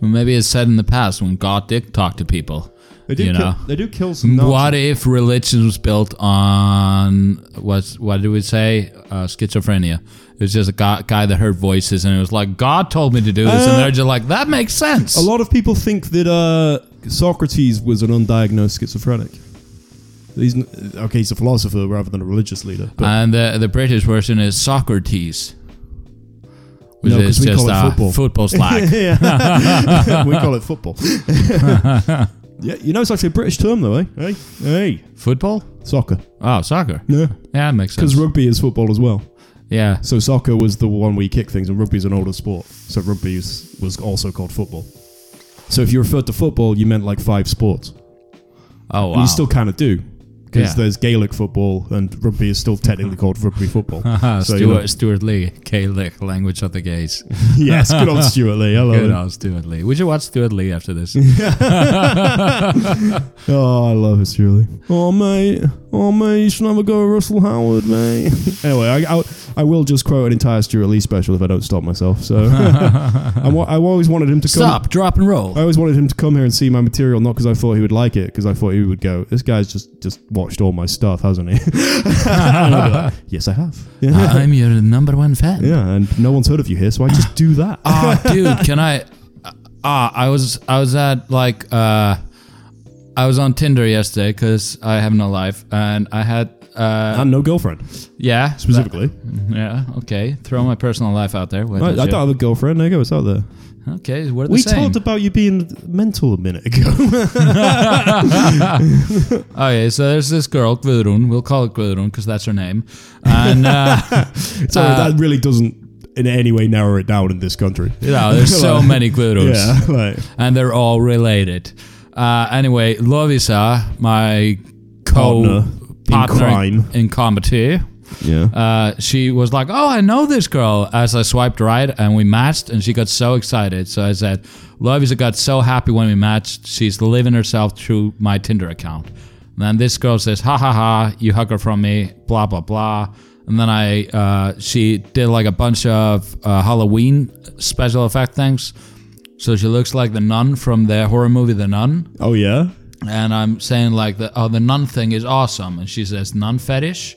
[SPEAKER 2] Maybe it's said in the past when God did talk to people.
[SPEAKER 1] they do.
[SPEAKER 2] You
[SPEAKER 1] kill,
[SPEAKER 2] know.
[SPEAKER 1] They do kill some. Nazis.
[SPEAKER 2] What if religion was built on what's what did we say? Uh, schizophrenia. It was just a guy, guy that heard voices, and it was like God told me to do this, and they're just like that makes sense.
[SPEAKER 1] Uh, A lot of people think that uh, Socrates was an undiagnosed schizophrenic. He's n- okay. He's a philosopher rather than a religious leader. But
[SPEAKER 2] and the the British version is Socrates, which
[SPEAKER 1] No, 'cause
[SPEAKER 2] is
[SPEAKER 1] we
[SPEAKER 2] just
[SPEAKER 1] call it
[SPEAKER 2] uh,
[SPEAKER 1] football. <laughs>
[SPEAKER 2] slack.
[SPEAKER 1] <laughs> Yeah. <laughs> we call it football. yeah, you know it's actually a British term though, eh? Hey, hey,
[SPEAKER 2] football?
[SPEAKER 1] soccer.
[SPEAKER 2] Oh, soccer.
[SPEAKER 1] Yeah,
[SPEAKER 2] Yeah, it makes sense.
[SPEAKER 1] because rugby is football as well.
[SPEAKER 2] yeah,
[SPEAKER 1] So soccer was the one where you kick things, and rugby is an older sport. So rugby is, was also called football. So if you referred to football, you meant like five sports,
[SPEAKER 2] Oh
[SPEAKER 1] and
[SPEAKER 2] wow.
[SPEAKER 1] you still kind of do. Because
[SPEAKER 2] Yeah.
[SPEAKER 1] there's Gaelic football and rugby is still technically called rugby football.
[SPEAKER 2] <laughs> Ah,
[SPEAKER 1] so, you
[SPEAKER 2] Stuart,
[SPEAKER 1] know,
[SPEAKER 2] Stuart Lee, Gaelic language of the gays.
[SPEAKER 1] Oh. <laughs> yes, good old Stuart Lee. I love
[SPEAKER 2] Good
[SPEAKER 1] him.
[SPEAKER 2] old Stuart Lee. We should watch Stuart Lee after
[SPEAKER 1] <laughs>
[SPEAKER 2] this.
[SPEAKER 1] Oh, I love it, Shirley. Oh, mate. Oh, mate, you should never go with Russell Howard, mate. <laughs> anyway, I, I, I will just quote an entire Stuart Lee special if I don't stop
[SPEAKER 2] <laughs>
[SPEAKER 1] myself. So <laughs> I'm, wa- I always wanted him to come.
[SPEAKER 2] Stop, drop, and roll.
[SPEAKER 1] I always wanted him to come here and see my material, not because I thought he would like it, because I thought he would go, this guy's just, just watched all my stuff, hasn't he? <laughs> And I'd be like,
[SPEAKER 2] <laughs>
[SPEAKER 1] yes, I have. Yeah.
[SPEAKER 2] Uh, I'm your number one fan.
[SPEAKER 1] yeah, and no one's heard of you here, so I just do that.
[SPEAKER 2] <laughs> Ah, dude, can I? Ah, I was I was at like uh, I was on Tinder yesterday because I have no life, and I had uh,
[SPEAKER 1] and no girlfriend,
[SPEAKER 2] yeah, that-
[SPEAKER 1] specifically.
[SPEAKER 2] yeah, okay. Throw my personal life out there. Why
[SPEAKER 1] I, I
[SPEAKER 2] don't
[SPEAKER 1] don't
[SPEAKER 2] you?
[SPEAKER 1] have a girlfriend. There you go, it's out there.
[SPEAKER 2] okay, we're the
[SPEAKER 1] We
[SPEAKER 2] same.
[SPEAKER 1] talked about you being mental a minute ago. <laughs>
[SPEAKER 2] okay, so there's this girl Gudrun. We'll call it Gudrun because that's her name, and. Uh, <laughs>
[SPEAKER 1] So that really doesn't in any way narrow it down in this country.
[SPEAKER 2] Yeah,
[SPEAKER 1] <laughs>
[SPEAKER 2] there's so many Gudruns.
[SPEAKER 1] Yeah, <laughs> like
[SPEAKER 2] and they're all related. Uh, anyway, Lovisa, my co
[SPEAKER 1] Partner in crime.
[SPEAKER 2] in comedy,
[SPEAKER 1] yeah.
[SPEAKER 2] uh, she was like, "Oh, I know this girl." As I swiped right, and we matched, and she got so excited. So I said, "Lovisa got so happy when we matched. She's living herself through my Tinder account." And then this girl says, "Ha ha ha! You hug her from me." Blah blah blah. And then I, uh, she did like a bunch of uh, Halloween special effect things. So she looks like the nun from the horror movie The Nun <laughs>
[SPEAKER 1] oh yeah.
[SPEAKER 2] and I'm saying like the oh the nun thing is awesome, and she says nun fetish,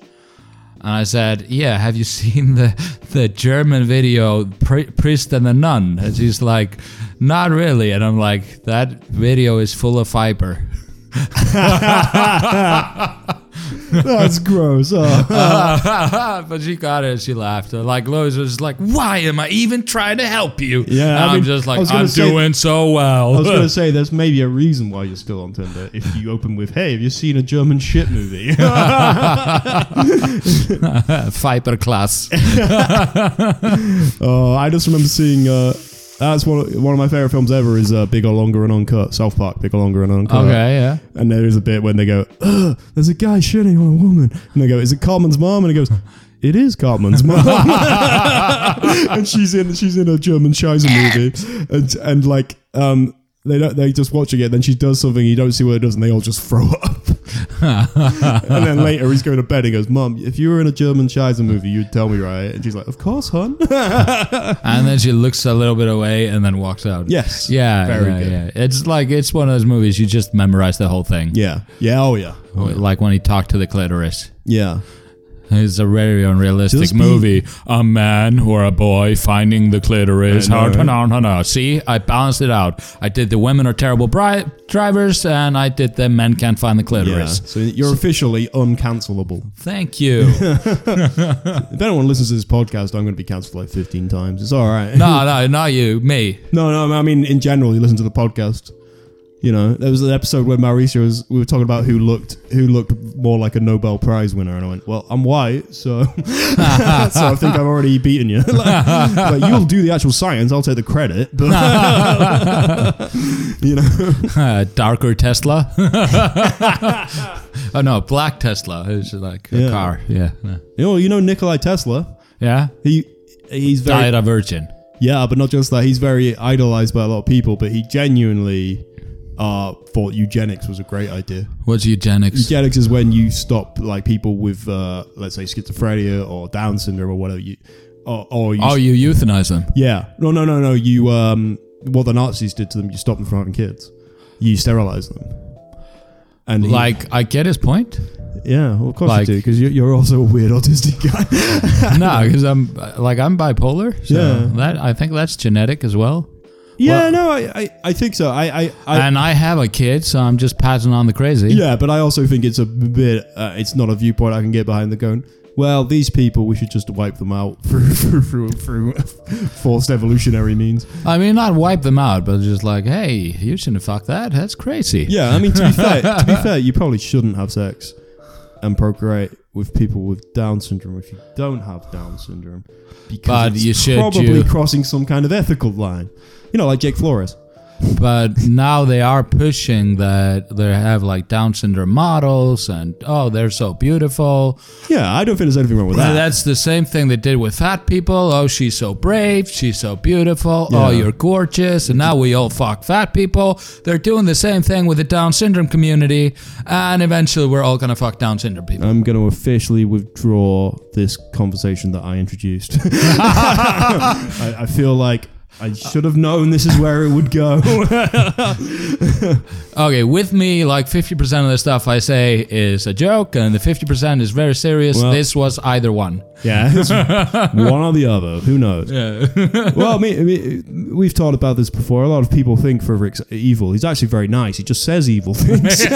[SPEAKER 2] and I said yeah, have you <laughs> seen the the German video pri- priest and the nun? And she's like, not really, and I'm like that video is full of fiber.
[SPEAKER 1] That's
[SPEAKER 2] <laughs>
[SPEAKER 1] gross. Oh.
[SPEAKER 2] <laughs> but she got it. She laughed. Uh, Like Lois was like, "Why am I even trying to help you?"
[SPEAKER 1] Yeah,
[SPEAKER 2] and
[SPEAKER 1] I
[SPEAKER 2] I am
[SPEAKER 1] mean,
[SPEAKER 2] just
[SPEAKER 1] I
[SPEAKER 2] like,
[SPEAKER 1] was gonna
[SPEAKER 2] "I'm
[SPEAKER 1] say-
[SPEAKER 2] doing so
[SPEAKER 1] I was going
[SPEAKER 2] well."
[SPEAKER 1] to say, there's maybe a reason why you're still on Tinder if you open with, hey, have you seen a German
[SPEAKER 2] <laughs>
[SPEAKER 1] shit movie?
[SPEAKER 2] <laughs>
[SPEAKER 1] <laughs>
[SPEAKER 2] Fiber
[SPEAKER 1] <laughs>
[SPEAKER 2] class.
[SPEAKER 1] Oh, I just remember seeing. Uh, that's one of, one of my favorite films ever is uh, Bigger, Longer, and Uncut. South Park, Bigger, Longer, and Uncut.
[SPEAKER 2] Okay, yeah.
[SPEAKER 1] And there is a bit when they go, Ugh, "There's a guy shitting on a woman," and they go, "Is it Cartman's mom?" And he goes, "It is Cartman's mom." <laughs> and she's in she's in a German Scheiser movie, and and like um. They don't, they just watching it, then she does something, you don't see what it does, and they all just throw up. and then later he's going to bed and goes, Mum, if you were in a German Scheiser movie, you'd tell me, right? And she's like, Of course, hon.
[SPEAKER 2] And then she looks a little bit away and then walks out.
[SPEAKER 1] yes.
[SPEAKER 2] Yeah,
[SPEAKER 1] Very
[SPEAKER 2] yeah,
[SPEAKER 1] good.
[SPEAKER 2] yeah. It's like it's one of those movies you just memorize the whole thing.
[SPEAKER 1] Yeah. Yeah. Oh, yeah.
[SPEAKER 2] Like when he talked to the clitoris.
[SPEAKER 1] Yeah.
[SPEAKER 2] It's a very unrealistic
[SPEAKER 1] Just be-
[SPEAKER 2] movie. A man or a boy finding the clitoris.
[SPEAKER 1] I know,
[SPEAKER 2] Hard,
[SPEAKER 1] right?
[SPEAKER 2] no, no, no. See, I balanced it out. I did the women are terrible bri- drivers, and I did the men can't find the
[SPEAKER 1] Yeah.
[SPEAKER 2] clitoris.
[SPEAKER 1] So you're officially uncancelable.
[SPEAKER 2] Thank
[SPEAKER 1] <laughs>
[SPEAKER 2] you.
[SPEAKER 1] If anyone listens to this podcast, I'm going to be cancelled like 15 times. It's all right.
[SPEAKER 2] no, no, not you, me.
[SPEAKER 1] <laughs>
[SPEAKER 2] <laughs>
[SPEAKER 1] no, no. I mean, in general, you listen to the podcast. You know, there was an episode where Mauricio was. We were talking about who looked who looked more like a Nobel Prize winner, and I went, "Well, I'm
[SPEAKER 2] <laughs>
[SPEAKER 1] white, so <laughs> so I think I've already beaten you. <laughs> like, like, you'll do the actual science. I'll take the credit,
[SPEAKER 2] <laughs>
[SPEAKER 1] but <laughs> you know, <laughs>
[SPEAKER 2] Uh, darker Tesla. <laughs> oh no, black Tesla. It's like a
[SPEAKER 1] Yeah.
[SPEAKER 2] car. Yeah, yeah.
[SPEAKER 1] you know, you know Nikolai Tesla.
[SPEAKER 2] yeah?
[SPEAKER 1] He he's very
[SPEAKER 2] Died a virgin.
[SPEAKER 1] Yeah, but not just that. He's very idolized by a lot of people, but he genuinely uh, thought eugenics was a great idea.
[SPEAKER 2] What's eugenics?
[SPEAKER 1] Eugenics is when you stop like people with, uh, let's say, schizophrenia or Down syndrome or whatever. You, or, or you,
[SPEAKER 2] Oh, you euthanize them.
[SPEAKER 1] yeah, no, no, no, no. You um, what the Nazis did to them, you stop them from having kids. You sterilize them. And he-
[SPEAKER 2] Like, I get his
[SPEAKER 1] <laughs>
[SPEAKER 2] point.
[SPEAKER 1] yeah, well, of course
[SPEAKER 2] like-
[SPEAKER 1] you do, because you're, you're also a weird autistic guy. <laughs>
[SPEAKER 2] no, because I'm like I'm bipolar. So
[SPEAKER 1] Yeah.
[SPEAKER 2] that I think that's genetic as well. Well-
[SPEAKER 1] yeah, no, I, I, I think so. I, I, I
[SPEAKER 2] and I have a kid, so I'm just passing on the crazy.
[SPEAKER 1] Yeah, but I also think it's a bit. Uh, it's not a viewpoint I can get behind. The going. Well, these people, we should just wipe them out <laughs> through through through, through forced evolutionary means.
[SPEAKER 2] I mean, not wipe them out, but just like, hey, you shouldn't fuck that. That's crazy.
[SPEAKER 1] Yeah, I mean
[SPEAKER 2] <laughs>
[SPEAKER 1] to be fair, to be fair, you probably shouldn't have sex and procreate with people with Down syndrome if you don't have Down syndrome, because
[SPEAKER 2] But
[SPEAKER 1] it's
[SPEAKER 2] you should,
[SPEAKER 1] probably
[SPEAKER 2] you-
[SPEAKER 1] crossing some kind of ethical line. You know, like Jake Flores.
[SPEAKER 2] But now they are pushing that they have like Down syndrome models, and oh, they're so beautiful.
[SPEAKER 1] Yeah, I don't think there's anything wrong with that.
[SPEAKER 2] And That's the same thing they did with fat people. Oh, she's so brave. She's so beautiful. Oh,
[SPEAKER 1] Yeah.
[SPEAKER 2] you're gorgeous. And now we all fuck fat people. They're doing the same thing with the Down syndrome community. And eventually we're all going to fuck Down syndrome people.
[SPEAKER 1] I'm going to officially withdraw this conversation that I introduced. I, I feel like I should have known this is where it would go.
[SPEAKER 2] Okay, with me, like 50% of the stuff I say is a joke, and the 50% is very serious.
[SPEAKER 1] Well-
[SPEAKER 2] this was either one.
[SPEAKER 1] yeah, <laughs> it's one or the other. Who knows? <laughs> well, I mean, I mean, we've talked about this before. A lot of people think Frederick's evil. He's actually very nice. He just says evil things.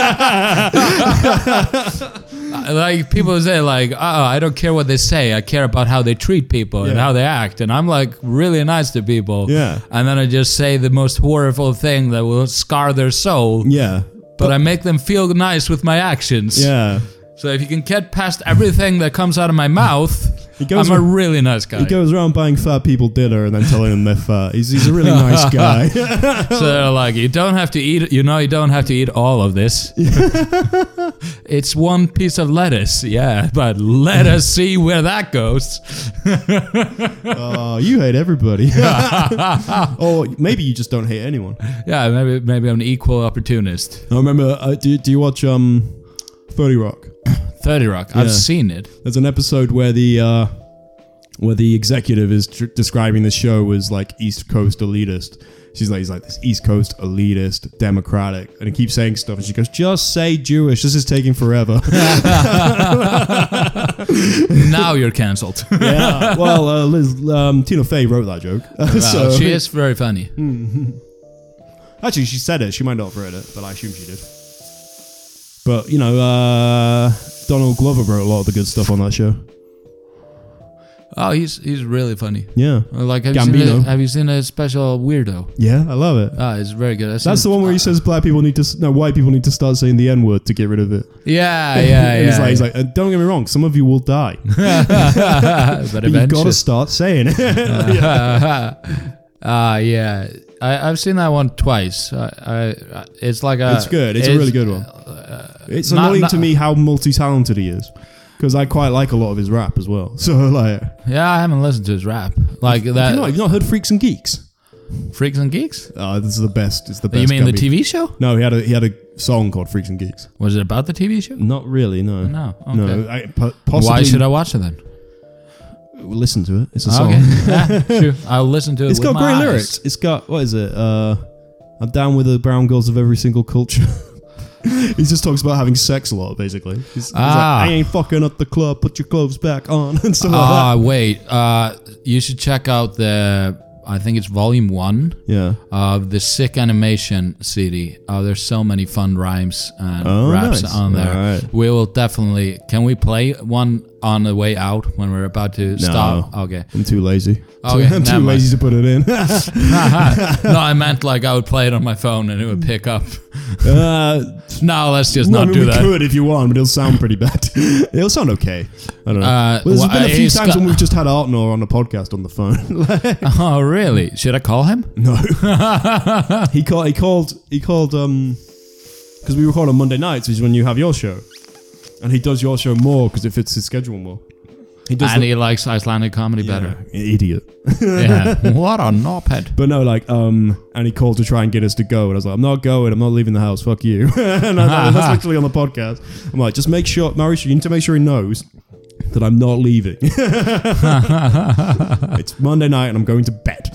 [SPEAKER 2] Like, people say, like, oh, I don't care what they say. I care about how they treat people and
[SPEAKER 1] Yeah.
[SPEAKER 2] how they act. And I'm, like, really nice to people.
[SPEAKER 1] Yeah.
[SPEAKER 2] And then I just say the most horrible thing that will scar their soul.
[SPEAKER 1] yeah.
[SPEAKER 2] But I make them feel nice with my actions.
[SPEAKER 1] Yeah.
[SPEAKER 2] So if you can get past everything that comes out of my mouth,
[SPEAKER 1] He goes
[SPEAKER 2] I'm a
[SPEAKER 1] with-
[SPEAKER 2] really nice guy.
[SPEAKER 1] He goes around buying fat people dinner and then telling them they're fat. He's, he's a really nice guy. <laughs>
[SPEAKER 2] So they're like, you don't have to eat. You know, you don't have to eat all of this. <laughs> it's one piece of lettuce, yeah. But let us see where that goes.
[SPEAKER 1] Oh, you hate everybody. <laughs> or maybe you just don't hate anyone.
[SPEAKER 2] Yeah, maybe maybe I'm an equal opportunist.
[SPEAKER 1] I remember. Uh, do, do you watch um, Thirty Rock?
[SPEAKER 2] Thirty Rock. I've
[SPEAKER 1] Yeah.
[SPEAKER 2] seen
[SPEAKER 1] <laughs>
[SPEAKER 2] it.
[SPEAKER 1] There's an episode where the uh, where the executive is tr- describing the show as like East Coast elitist. She's like, he's like this East Coast elitist, democratic, and he keeps saying stuff, and she goes, "Just say Jewish. This is taking forever."
[SPEAKER 2] Now you're
[SPEAKER 1] <laughs>
[SPEAKER 2] cancelled.
[SPEAKER 1] yeah. Well, uh, Liz, um, Tina Fey wrote that joke, <laughs> so
[SPEAKER 2] she is very funny.
[SPEAKER 1] actually she said it. She might not have written it, but I assume she did. But you know, uh, Donald Glover wrote a lot of the good stuff on that show.
[SPEAKER 2] Oh, he's he's really funny.
[SPEAKER 1] Yeah.
[SPEAKER 2] Like, have you, seen
[SPEAKER 1] Gambino.
[SPEAKER 2] a, have you seen a special weirdo?
[SPEAKER 1] Yeah, I love it.
[SPEAKER 2] Ah, it's very good. Ah,
[SPEAKER 1] That's the one where he says black people need to, s- no, white people need to start saying the N word to get rid of it. <laughs>
[SPEAKER 2] Yeah, yeah,
[SPEAKER 1] and
[SPEAKER 2] yeah.
[SPEAKER 1] he's like, he's like, "Uh, don't get me wrong, some of you will
[SPEAKER 2] <laughs>
[SPEAKER 1] die, but <laughs>
[SPEAKER 2] but
[SPEAKER 1] you've got
[SPEAKER 2] eventually.
[SPEAKER 1] to start saying
[SPEAKER 2] Uh,
[SPEAKER 1] it. <laughs>
[SPEAKER 2] Ah, yeah. I, I've seen that one twice. I, I, I- it's like a.
[SPEAKER 1] it's good. It's, a really good one. It's
[SPEAKER 2] uh, not-
[SPEAKER 1] annoying
[SPEAKER 2] not-
[SPEAKER 1] to me how multi-talented he is, because I quite like a lot of his rap as well. <laughs> So like,
[SPEAKER 2] Yeah, I haven't listened to his rap. Like that.
[SPEAKER 1] you know, you've not heard Freaks and Geeks?
[SPEAKER 2] Freaks and Geeks?
[SPEAKER 1] Oh, this is the best. It's the best.
[SPEAKER 2] You mean the
[SPEAKER 1] Gumby.
[SPEAKER 2] TV show?
[SPEAKER 1] No, he had a he had a song called Freaks and Geeks.
[SPEAKER 2] Was it about the TV show?
[SPEAKER 1] Not really. No.
[SPEAKER 2] No,
[SPEAKER 1] No.
[SPEAKER 2] okay.
[SPEAKER 1] I, po- possibly.
[SPEAKER 2] Why should I watch it then?
[SPEAKER 1] listen to it? It's a song. <laughs>
[SPEAKER 2] Okay. Yeah, sure. I'll listen to it.
[SPEAKER 1] It's
[SPEAKER 2] with
[SPEAKER 1] got
[SPEAKER 2] my
[SPEAKER 1] great
[SPEAKER 2] eyes.
[SPEAKER 1] lyrics. It's got what is it? Uh, I'm down with the brown girls of every single culture. <laughs> he just talks about having sex a lot, basically. He's, he's
[SPEAKER 2] Ah.
[SPEAKER 1] like, I ain't fucking up the club. Put your clothes back on <laughs> and stuff like
[SPEAKER 2] Ah, wait. Uh, you should check out the. I think it's volume one
[SPEAKER 1] that. Yeah.
[SPEAKER 2] of the Sick Animation CD. Uh, there's so many fun rhymes and
[SPEAKER 1] Oh,
[SPEAKER 2] raps
[SPEAKER 1] nice.
[SPEAKER 2] on there.
[SPEAKER 1] Alright.
[SPEAKER 2] We will definitely. Can we play one on the way out when we're about to stop? Okay.
[SPEAKER 1] I'm too lazy.
[SPEAKER 2] Okay,
[SPEAKER 1] <laughs> I'm
[SPEAKER 2] Oh, never
[SPEAKER 1] too
[SPEAKER 2] mind.
[SPEAKER 1] lazy to put it in. <laughs> Uh,
[SPEAKER 2] no, I meant like I would play it on my phone and it would pick up. <laughs>
[SPEAKER 1] uh,
[SPEAKER 2] No, let's just
[SPEAKER 1] no, I
[SPEAKER 2] not
[SPEAKER 1] mean,
[SPEAKER 2] do
[SPEAKER 1] we
[SPEAKER 2] that.
[SPEAKER 1] could if you want, but it'll sound pretty bad. <laughs> it'll sound okay. I don't know.
[SPEAKER 2] Uh,
[SPEAKER 1] well, there's
[SPEAKER 2] well,
[SPEAKER 1] been a
[SPEAKER 2] uh,
[SPEAKER 1] few
[SPEAKER 2] it's
[SPEAKER 1] times
[SPEAKER 2] got-
[SPEAKER 1] when we've just had Artnor on the podcast on the phone.
[SPEAKER 2] Oh, really? Should I call him?
[SPEAKER 1] No. he called. He called. He called. Um, because we record on Monday nights, which is when you have your show, and he does your show more because it fits his schedule more. He does.
[SPEAKER 2] and
[SPEAKER 1] the-
[SPEAKER 2] he likes Icelandic comedy better.
[SPEAKER 1] <laughs> Yeah, idiot.
[SPEAKER 2] Yeah. <laughs> what a knobhead.
[SPEAKER 1] But no, like, um, and he called to try and get us to go, and I was like, I'm not going. I'm not leaving the house. Fuck you. <laughs> and
[SPEAKER 2] <laughs>
[SPEAKER 1] I, that's literally on the podcast. I'm like, just make sure, Maurice, you need to make sure he knows. That I'm
[SPEAKER 2] <laughs>
[SPEAKER 1] not leaving. <laughs> it's Monday night and I'm going to bed.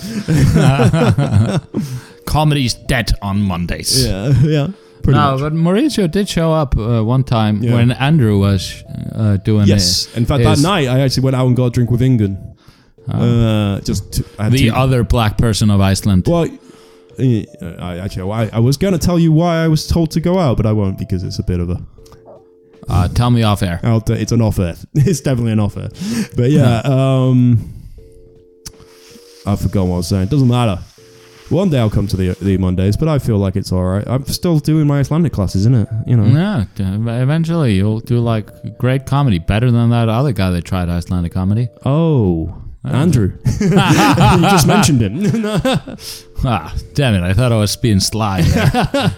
[SPEAKER 2] Comedy's dead on Mondays.
[SPEAKER 1] Yeah, yeah. Pretty
[SPEAKER 2] No,
[SPEAKER 1] much.
[SPEAKER 2] but Mauricio did show up uh, one time
[SPEAKER 1] Yeah.
[SPEAKER 2] when Andrew was uh, doing
[SPEAKER 1] Yes. In fact, that
[SPEAKER 2] is-
[SPEAKER 1] night I actually went out and got a drink with Ingen. Uh, just to, I had
[SPEAKER 2] the, the
[SPEAKER 1] two-
[SPEAKER 2] other black person of Iceland.
[SPEAKER 1] Well, eh, I actually I, I was going to tell you why I was told to go out, but I won't because it's a bit of a
[SPEAKER 2] Uh, tell me off air.
[SPEAKER 1] out. It's an offer. <laughs> It's definitely an offer. But yeah, um, I forgot what I was saying. Doesn't matter. One day I'll come to the the Mondays, but I feel like it's all right. I'm still doing my Icelandic classes, isn't it? You know.
[SPEAKER 2] Yeah, t- eventually you'll do like great comedy, better than that other guy that tried Icelandic comedy. <laughs>
[SPEAKER 1] Oh, Andrew, <laughs> you just mentioned him. <laughs>
[SPEAKER 2] Ah, damn it! I thought I was being
[SPEAKER 1] <laughs>
[SPEAKER 2] sly. there.
[SPEAKER 4] I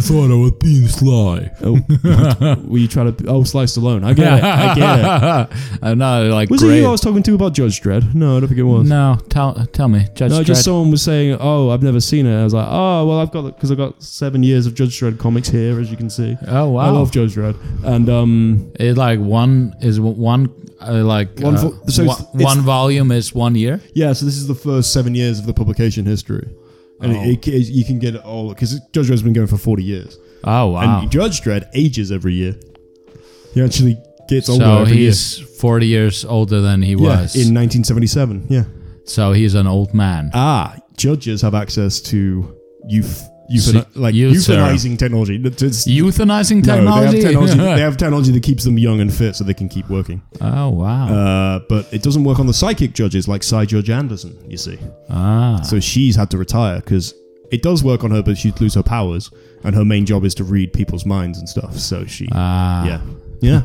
[SPEAKER 4] thought I was being sly.
[SPEAKER 1] Oh, were you trying to? Oh, sliced alone. I get it. I get
[SPEAKER 2] <laughs>
[SPEAKER 1] it.
[SPEAKER 2] I'm not like
[SPEAKER 1] Was
[SPEAKER 2] great.
[SPEAKER 1] it you I was talking to about Judge Dredd? No, I don't think it was. No,
[SPEAKER 2] no, tell tell me, Judge
[SPEAKER 1] just
[SPEAKER 2] Dredd.
[SPEAKER 1] someone was saying, "Oh, I've never seen it." I was like, "Oh, well, I've got because I've got seven years of Judge Dredd comics here, as you can see."
[SPEAKER 2] Oh wow!
[SPEAKER 1] I love Judge Dredd, and um,
[SPEAKER 2] It like one is w- one uh, like
[SPEAKER 1] One
[SPEAKER 2] uh,
[SPEAKER 1] vo- so it's-
[SPEAKER 2] one-
[SPEAKER 1] it's-
[SPEAKER 2] one volume is one year.
[SPEAKER 1] yeah. So this is the first seven years of the publication history, and it, it, you can get it all because Judge Dredd's been going for forty years,
[SPEAKER 2] Oh
[SPEAKER 1] and Judge Dredd ages every year. He actually gets older
[SPEAKER 2] So
[SPEAKER 1] every year.
[SPEAKER 2] he's forty years older than he
[SPEAKER 1] Yeah,
[SPEAKER 2] was.
[SPEAKER 1] in 1977. Yeah.
[SPEAKER 2] so he's an old man.
[SPEAKER 1] Ah, judges have access to youth, euthana-
[SPEAKER 2] So-
[SPEAKER 1] like
[SPEAKER 2] you, sir.
[SPEAKER 1] euthanizing technology. It's-
[SPEAKER 2] Euthanizing
[SPEAKER 1] No, they have
[SPEAKER 2] technology. <laughs>
[SPEAKER 1] technology. they have technology that keeps them young and fit, so they can keep working.
[SPEAKER 2] oh wow!
[SPEAKER 1] Uh, but it doesn't work on the psychic judges like Cy Judge Anderson. You see,
[SPEAKER 2] ah,
[SPEAKER 1] so she's had to retire because it does work on her, but she'd lose her powers, and her main job is to read people's minds and stuff. So she,
[SPEAKER 2] ah.
[SPEAKER 1] yeah, yeah.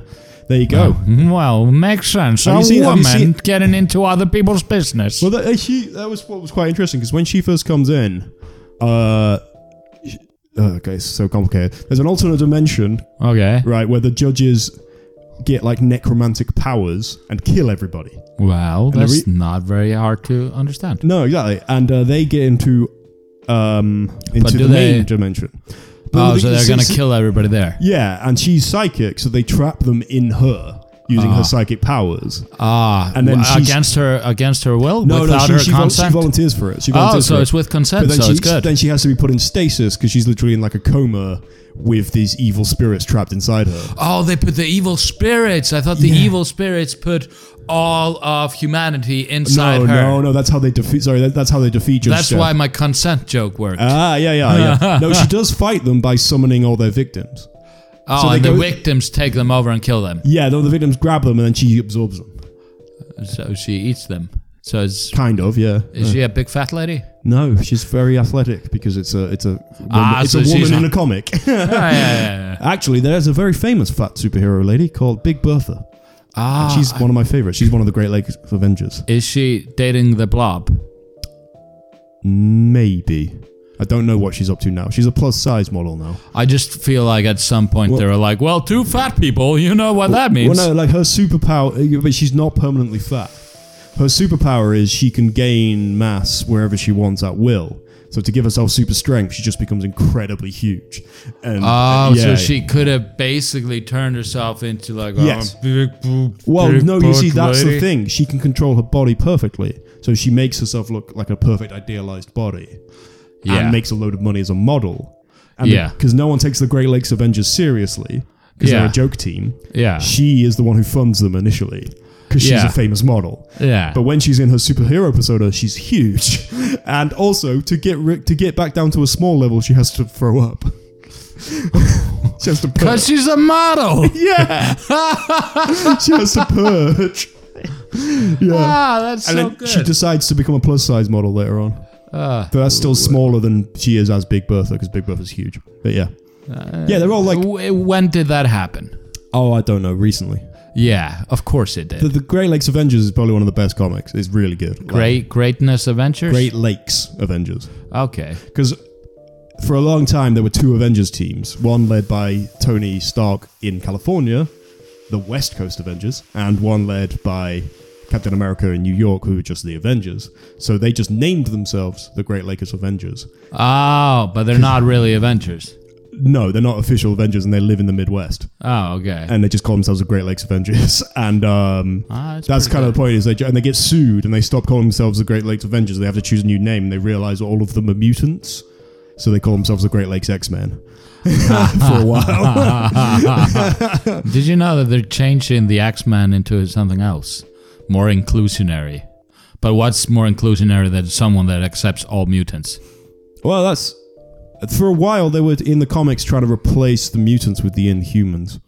[SPEAKER 1] There you go.
[SPEAKER 2] Oh, mm, Well, makes sense.
[SPEAKER 1] Have
[SPEAKER 2] a
[SPEAKER 1] you seen- have you
[SPEAKER 2] woman
[SPEAKER 1] seen-
[SPEAKER 2] getting into other people's business.
[SPEAKER 1] Well, that, uh, she, that was what was quite interesting because when she first comes in, uh, sh- uh, okay, it's so complicated. There's an alternate dimension,
[SPEAKER 2] okay.
[SPEAKER 1] right, where the judges get like necromantic powers and kill everybody.
[SPEAKER 2] Well,
[SPEAKER 1] the
[SPEAKER 2] that's
[SPEAKER 1] re-
[SPEAKER 2] not very hard to understand.
[SPEAKER 1] No, exactly. And uh, they get into um into
[SPEAKER 2] do
[SPEAKER 1] the
[SPEAKER 2] they-
[SPEAKER 1] main dimension.
[SPEAKER 2] Oh,
[SPEAKER 1] the-
[SPEAKER 2] so they're
[SPEAKER 1] s-
[SPEAKER 2] gonna
[SPEAKER 1] s-
[SPEAKER 2] kill everybody there.
[SPEAKER 1] Yeah, and she's psychic, so they trap them in her using her psychic powers.
[SPEAKER 2] Ah,
[SPEAKER 1] And then
[SPEAKER 2] w-
[SPEAKER 1] she's-
[SPEAKER 2] against her against her will,
[SPEAKER 1] No, no,
[SPEAKER 2] without
[SPEAKER 1] she,
[SPEAKER 2] her
[SPEAKER 1] she, vol- she
[SPEAKER 2] consent.
[SPEAKER 1] volunteers for it. She
[SPEAKER 2] Oh,
[SPEAKER 1] volunteers
[SPEAKER 2] so
[SPEAKER 1] for
[SPEAKER 2] it's
[SPEAKER 1] it.
[SPEAKER 2] with
[SPEAKER 1] But
[SPEAKER 2] consent,
[SPEAKER 1] then
[SPEAKER 2] so
[SPEAKER 1] she,
[SPEAKER 2] it's good.
[SPEAKER 1] then she has to be put in stasis because she's literally in like a coma with these evil spirits trapped inside her.
[SPEAKER 2] oh, they put the evil spirits. I thought the evil spirits put all of humanity inside
[SPEAKER 1] No,
[SPEAKER 2] her.
[SPEAKER 1] no, no. That's how they defeat. Sorry, that, Uh, that's how they defeat. Judge
[SPEAKER 2] That's
[SPEAKER 1] Dredd.
[SPEAKER 2] why my consent joke worked. <laughs>
[SPEAKER 1] Ah, yeah, yeah, yeah. no, she does fight them by summoning all their victims.
[SPEAKER 2] Oh,
[SPEAKER 1] So they
[SPEAKER 2] and the
[SPEAKER 1] go-
[SPEAKER 2] victims take them over and kill them.
[SPEAKER 1] Yeah, the, the victims grab them and then she absorbs them.
[SPEAKER 2] So she eats them. So is,
[SPEAKER 1] Kind of, yeah.
[SPEAKER 2] is she a big fat
[SPEAKER 1] <laughs>
[SPEAKER 2] lady?
[SPEAKER 1] No, she's very athletic because it's a it's a
[SPEAKER 2] Ah,
[SPEAKER 1] it's
[SPEAKER 2] so
[SPEAKER 1] a
[SPEAKER 2] she's
[SPEAKER 1] woman in
[SPEAKER 2] not-
[SPEAKER 1] a comic. <laughs>
[SPEAKER 2] Ah, yeah, yeah, yeah.
[SPEAKER 1] Actually, there's a very famous fat superhero lady called Big Bertha.
[SPEAKER 2] Ah,
[SPEAKER 1] She's one of my favorites. She's one of the Great Lakes Avengers.
[SPEAKER 2] is she dating the blob?
[SPEAKER 1] Maybe. I don't know what she's up to now. She's a plus size model now.
[SPEAKER 2] I just feel like at some point
[SPEAKER 1] Well-
[SPEAKER 2] they were like, well, two fat people, you know what that means.
[SPEAKER 1] Well, no, like her superpower, uh, but she's not permanently fat. Her superpower is she can gain mass wherever she wants at will. So to give herself super strength, she just becomes incredibly huge. And uh,
[SPEAKER 2] Oh,
[SPEAKER 1] yeah.
[SPEAKER 2] so she could have basically turned herself into like a
[SPEAKER 1] Yes.
[SPEAKER 2] big boob-
[SPEAKER 1] Well,
[SPEAKER 2] big
[SPEAKER 1] no, you see,
[SPEAKER 2] butt
[SPEAKER 1] that's
[SPEAKER 2] lady.
[SPEAKER 1] the thing. She can control her body perfectly, so she makes herself look like a perfect idealized body,
[SPEAKER 2] Yeah.
[SPEAKER 1] and makes a load of money as a model. And
[SPEAKER 2] Yeah.
[SPEAKER 1] because no one takes the Great Lakes Avengers seriously because
[SPEAKER 2] Yeah.
[SPEAKER 1] they're a joke team.
[SPEAKER 2] Yeah.
[SPEAKER 1] She is the one who funds them initially because she's
[SPEAKER 2] Yeah.
[SPEAKER 1] a famous model.
[SPEAKER 2] Yeah. <laughs>
[SPEAKER 1] But when she's in her superhero persona, she's huge, <laughs> and also to get ri- to get back down to a small level, she has to throw up. <laughs> she has to purge.
[SPEAKER 2] Because she's a model.
[SPEAKER 1] <laughs> Yeah, she has to
[SPEAKER 2] <laughs>
[SPEAKER 1] purge. Yeah,
[SPEAKER 2] ah, that's so
[SPEAKER 1] and then
[SPEAKER 2] good.
[SPEAKER 1] she decides to become a plus size model later on.
[SPEAKER 2] Ah.
[SPEAKER 1] But that's still smaller than she is as Big Bertha because Big Bertha's huge. But yeah,
[SPEAKER 2] Uh,
[SPEAKER 1] yeah, they're all like,
[SPEAKER 2] W- eh, when did that happen?
[SPEAKER 1] oh, I don't know, recently.
[SPEAKER 2] Yeah, of course it did.
[SPEAKER 1] The, the Great Lakes Avengers is probably one of the best comics. It's really good. Like,
[SPEAKER 2] Great Greatness Adventures.
[SPEAKER 1] Great Lakes Avengers.
[SPEAKER 2] Okay.
[SPEAKER 1] Because for a long time, there were two Avengers teams one led by Tony Stark in California, the West Coast Avengers, and one led by Captain America in New York, who were just the Avengers. So they just named themselves the Great Lakes Avengers.
[SPEAKER 2] Oh, but they're not really Avengers.
[SPEAKER 1] No, they're not official Avengers and they live in the Midwest.
[SPEAKER 2] Oh, okay.
[SPEAKER 1] And they just call themselves the Great Lakes Avengers. <laughs> And um,
[SPEAKER 2] Ah, that's
[SPEAKER 1] that's
[SPEAKER 2] pretty
[SPEAKER 1] kind
[SPEAKER 2] good.
[SPEAKER 1] of the point is they and they get sued and they stop calling themselves the Great Lakes Avengers. They have to choose a new name. and They realize all of them are mutants. So they call themselves the Great Lakes X-Men for a while.
[SPEAKER 2] Did you know that they're changing the X Men into something else, more inclusionary? But what's more inclusionary than someone that accepts all mutants?
[SPEAKER 1] well, that's for a while they were in the comics trying to replace the mutants with the Inhumans.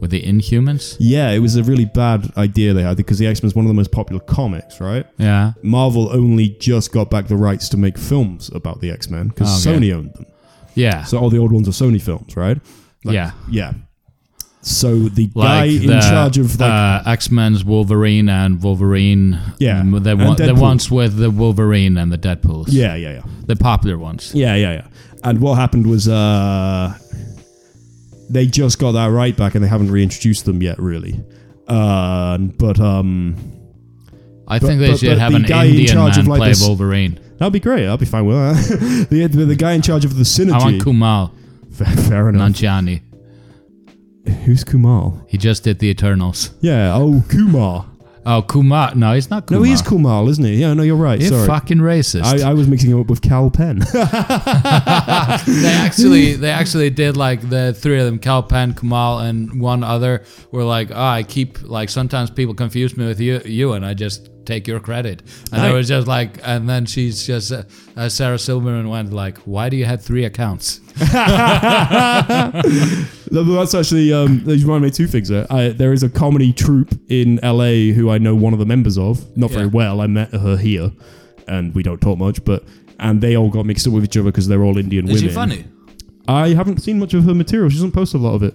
[SPEAKER 2] With the Inhumans?
[SPEAKER 1] Yeah, it was a really bad idea they had because the X-Men is one of the most popular comics, right?
[SPEAKER 2] Yeah.
[SPEAKER 1] Marvel only just got back the rights to make films about the X Men because
[SPEAKER 2] Oh, okay.
[SPEAKER 1] Sony owned them.
[SPEAKER 2] Yeah.
[SPEAKER 1] So all the old ones are Sony films, right? Like-
[SPEAKER 2] yeah.
[SPEAKER 1] Yeah. So the guy
[SPEAKER 2] Like
[SPEAKER 1] in
[SPEAKER 2] the,
[SPEAKER 1] charge of like
[SPEAKER 2] uh, X Men's Wolverine and Wolverine.
[SPEAKER 1] Yeah,
[SPEAKER 2] um, the,
[SPEAKER 1] and
[SPEAKER 2] one, the
[SPEAKER 1] Deadpool.
[SPEAKER 2] ones with the Wolverine and the Deadpools.
[SPEAKER 1] yeah, yeah, yeah,
[SPEAKER 2] The popular ones.
[SPEAKER 1] yeah, yeah, yeah. And what happened was uh, they just got that right back, and they haven't reintroduced them yet, really. Uh, but um,
[SPEAKER 2] I think they
[SPEAKER 1] but-
[SPEAKER 2] should
[SPEAKER 1] but
[SPEAKER 2] have
[SPEAKER 1] the
[SPEAKER 2] an
[SPEAKER 1] guy in
[SPEAKER 2] Indian
[SPEAKER 1] charge of,
[SPEAKER 2] man
[SPEAKER 1] like,
[SPEAKER 2] play
[SPEAKER 1] this-
[SPEAKER 2] Wolverine.
[SPEAKER 1] that'd be great. I'd be fine with that. <laughs> the, the the guy in charge of the
[SPEAKER 2] I want
[SPEAKER 1] synergy.
[SPEAKER 2] Kumal
[SPEAKER 1] fair, fair enough.
[SPEAKER 2] Nanjiani.
[SPEAKER 1] Who's Kumar?
[SPEAKER 2] He just did the Eternals.
[SPEAKER 1] Yeah. Oh, Kumar.
[SPEAKER 2] Oh, Kumar. No, he's not Kumar.
[SPEAKER 1] No, he's Kumal, isn't he? Yeah. No, you're right.
[SPEAKER 2] You're
[SPEAKER 1] Sorry.
[SPEAKER 2] fucking racist.
[SPEAKER 1] I, I was mixing him up with Cal Penn.
[SPEAKER 2] they actually they actually did like the three of them Kalpan, Kamal and one other were like oh, I keep like sometimes people confuse me with you you and I just take your credit and I
[SPEAKER 1] Right.
[SPEAKER 2] was just like and then she's just uh, uh, Sarah Silverman went like why do you have three accounts
[SPEAKER 1] No, but That's actually um, that you remind me of two things. There. I, there is a comedy troupe in LA who I know one of the members of, not very
[SPEAKER 2] Yeah.
[SPEAKER 1] well. I met her here, and we don't talk much, but and they all got mixed up with each other because they're all Indian
[SPEAKER 2] is
[SPEAKER 1] women.
[SPEAKER 2] she funny
[SPEAKER 1] I haven't seen much of her material. She doesn't post a lot of it.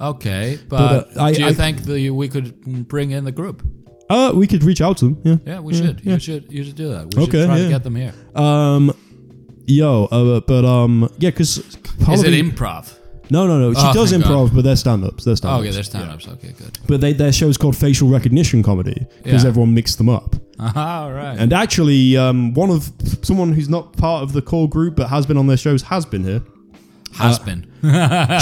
[SPEAKER 2] okay but,
[SPEAKER 1] uh, I-
[SPEAKER 2] do you
[SPEAKER 1] I-
[SPEAKER 2] think that you- we could bring in the group
[SPEAKER 1] Uh, we could reach out to them. Yeah.
[SPEAKER 2] yeah we should you should you should do that we
[SPEAKER 1] Okay,
[SPEAKER 2] should try to
[SPEAKER 1] yeah.
[SPEAKER 2] get them here
[SPEAKER 1] Um, yo, uh, but um, yeah, because
[SPEAKER 2] is it improv
[SPEAKER 1] no, no, no. She
[SPEAKER 2] Oh,
[SPEAKER 1] does
[SPEAKER 2] thank
[SPEAKER 1] improv, but they're stand-ups. They're
[SPEAKER 2] oh,
[SPEAKER 1] stand-ups.
[SPEAKER 2] okay there's stand-ups okay good <laughs>
[SPEAKER 1] But they, their show's called facial recognition comedy because
[SPEAKER 2] Yeah.
[SPEAKER 1] everyone mixed them up.
[SPEAKER 2] all right
[SPEAKER 1] And actually, um, one of someone who's not part of the core group but has been on their shows has
[SPEAKER 2] <laughs>
[SPEAKER 1] been here.
[SPEAKER 2] has been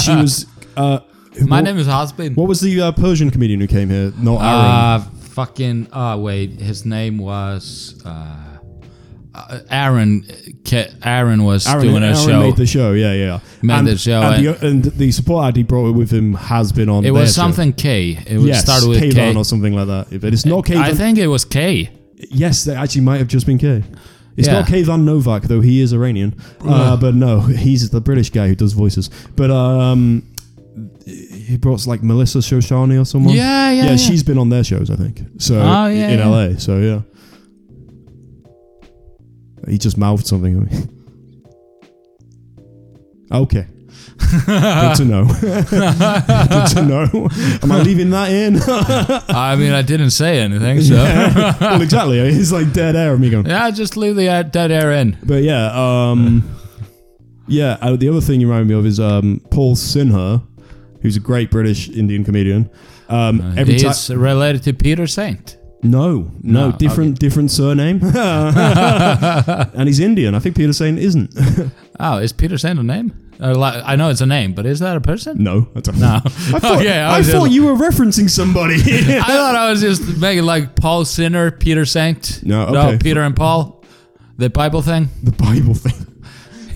[SPEAKER 1] She was. Uh,
[SPEAKER 2] my
[SPEAKER 1] <laughs> what,
[SPEAKER 2] name is Husband.
[SPEAKER 1] What was the uh, Persian comedian who came here? Not Aaron.
[SPEAKER 2] Uh, fucking. Oh wait, his name was uh, uh, Aaron. Ke- Aaron was
[SPEAKER 1] Aaron,
[SPEAKER 2] doing a
[SPEAKER 1] Aaron
[SPEAKER 2] show.
[SPEAKER 1] made the show. Yeah, yeah.
[SPEAKER 2] Made
[SPEAKER 1] and,
[SPEAKER 2] the show, eh?
[SPEAKER 1] And, the, and the support act he brought with him has been on.
[SPEAKER 2] it
[SPEAKER 1] their
[SPEAKER 2] was
[SPEAKER 1] show.
[SPEAKER 2] something K. It was
[SPEAKER 1] Yes,
[SPEAKER 2] started with
[SPEAKER 1] Kayvon
[SPEAKER 2] K.
[SPEAKER 1] or something like that. But it's not Kayvon.
[SPEAKER 2] I think it was K.
[SPEAKER 1] yes, they actually might have just been K. It's
[SPEAKER 2] Yeah.
[SPEAKER 1] not Kayvon Novak though. He is Iranian, uh, but no, he's the British guy who does voices. But um, he brought like Melissa Shoshani or someone.
[SPEAKER 2] Yeah, yeah,
[SPEAKER 1] yeah,
[SPEAKER 2] yeah.
[SPEAKER 1] she's been on their shows, I think. So
[SPEAKER 2] Oh, yeah,
[SPEAKER 1] in
[SPEAKER 2] yeah.
[SPEAKER 1] LA. So yeah, he just mouthed something. at me. okay, good to know. <laughs> good to know. Am I leaving that in? <laughs>
[SPEAKER 2] I mean, I didn't say anything, so yeah,
[SPEAKER 1] Yeah. well, exactly. It's like dead air of me going.
[SPEAKER 2] just leave the uh, dead air in.
[SPEAKER 1] But yeah, um, yeah. uh, The other thing you remind me of is um, Paul Sinha, who's a great British Indian comedian. Um,
[SPEAKER 2] Uh,
[SPEAKER 1] every time,
[SPEAKER 2] It's related to Peter Saint.
[SPEAKER 1] no, no,
[SPEAKER 2] No,
[SPEAKER 1] different,
[SPEAKER 2] <laughs>
[SPEAKER 1] different surname, and he's Indian. I think Peter Saint isn't. <laughs>
[SPEAKER 2] Oh, is Peter Saint a name? Or li- I know it's a name, but is that a person?
[SPEAKER 1] no, that's a,
[SPEAKER 2] No.
[SPEAKER 1] I thought,
[SPEAKER 2] Okay, Oh, I
[SPEAKER 1] I
[SPEAKER 2] was just-
[SPEAKER 1] thought you were referencing
[SPEAKER 2] <laughs>
[SPEAKER 1] somebody. <laughs>
[SPEAKER 2] I thought I was just making like Paul Sinner, Peter Saint.
[SPEAKER 1] No, okay.
[SPEAKER 2] Peter and Paul, the Bible thing.
[SPEAKER 1] the Bible thing,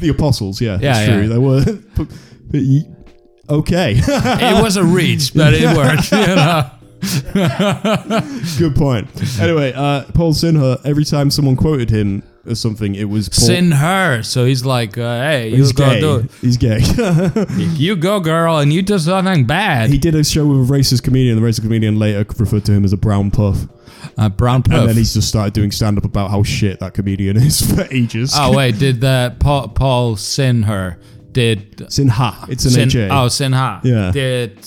[SPEAKER 1] the apostles. Yeah,
[SPEAKER 2] Yeah,
[SPEAKER 1] that's true.
[SPEAKER 2] yeah.
[SPEAKER 1] They were. but- but you- okay, <laughs>
[SPEAKER 2] It was a reach, but it worked. You know?
[SPEAKER 1] good point. Anyway, uh, Paul Sinha. Every time someone quoted him or something, it was Paul.
[SPEAKER 2] Sin her. So he's like, uh, hey, you
[SPEAKER 1] He's
[SPEAKER 2] go do
[SPEAKER 1] gay.
[SPEAKER 2] it.
[SPEAKER 1] He's
[SPEAKER 2] <laughs>
[SPEAKER 1] gay.
[SPEAKER 2] You go, girl, and you do something bad.
[SPEAKER 1] he did a show with a racist comedian. The racist comedian later referred to him as a brown puff,
[SPEAKER 2] uh, brown
[SPEAKER 1] and
[SPEAKER 2] puff.
[SPEAKER 1] then he's just started doing stand up about how shit that comedian is <laughs> for ages.
[SPEAKER 2] oh wait, did the Paul, Paul sin her? Did
[SPEAKER 1] Sinha. It's an
[SPEAKER 2] sin,
[SPEAKER 1] HA.
[SPEAKER 2] oh sin ha?
[SPEAKER 1] Yeah.
[SPEAKER 2] Did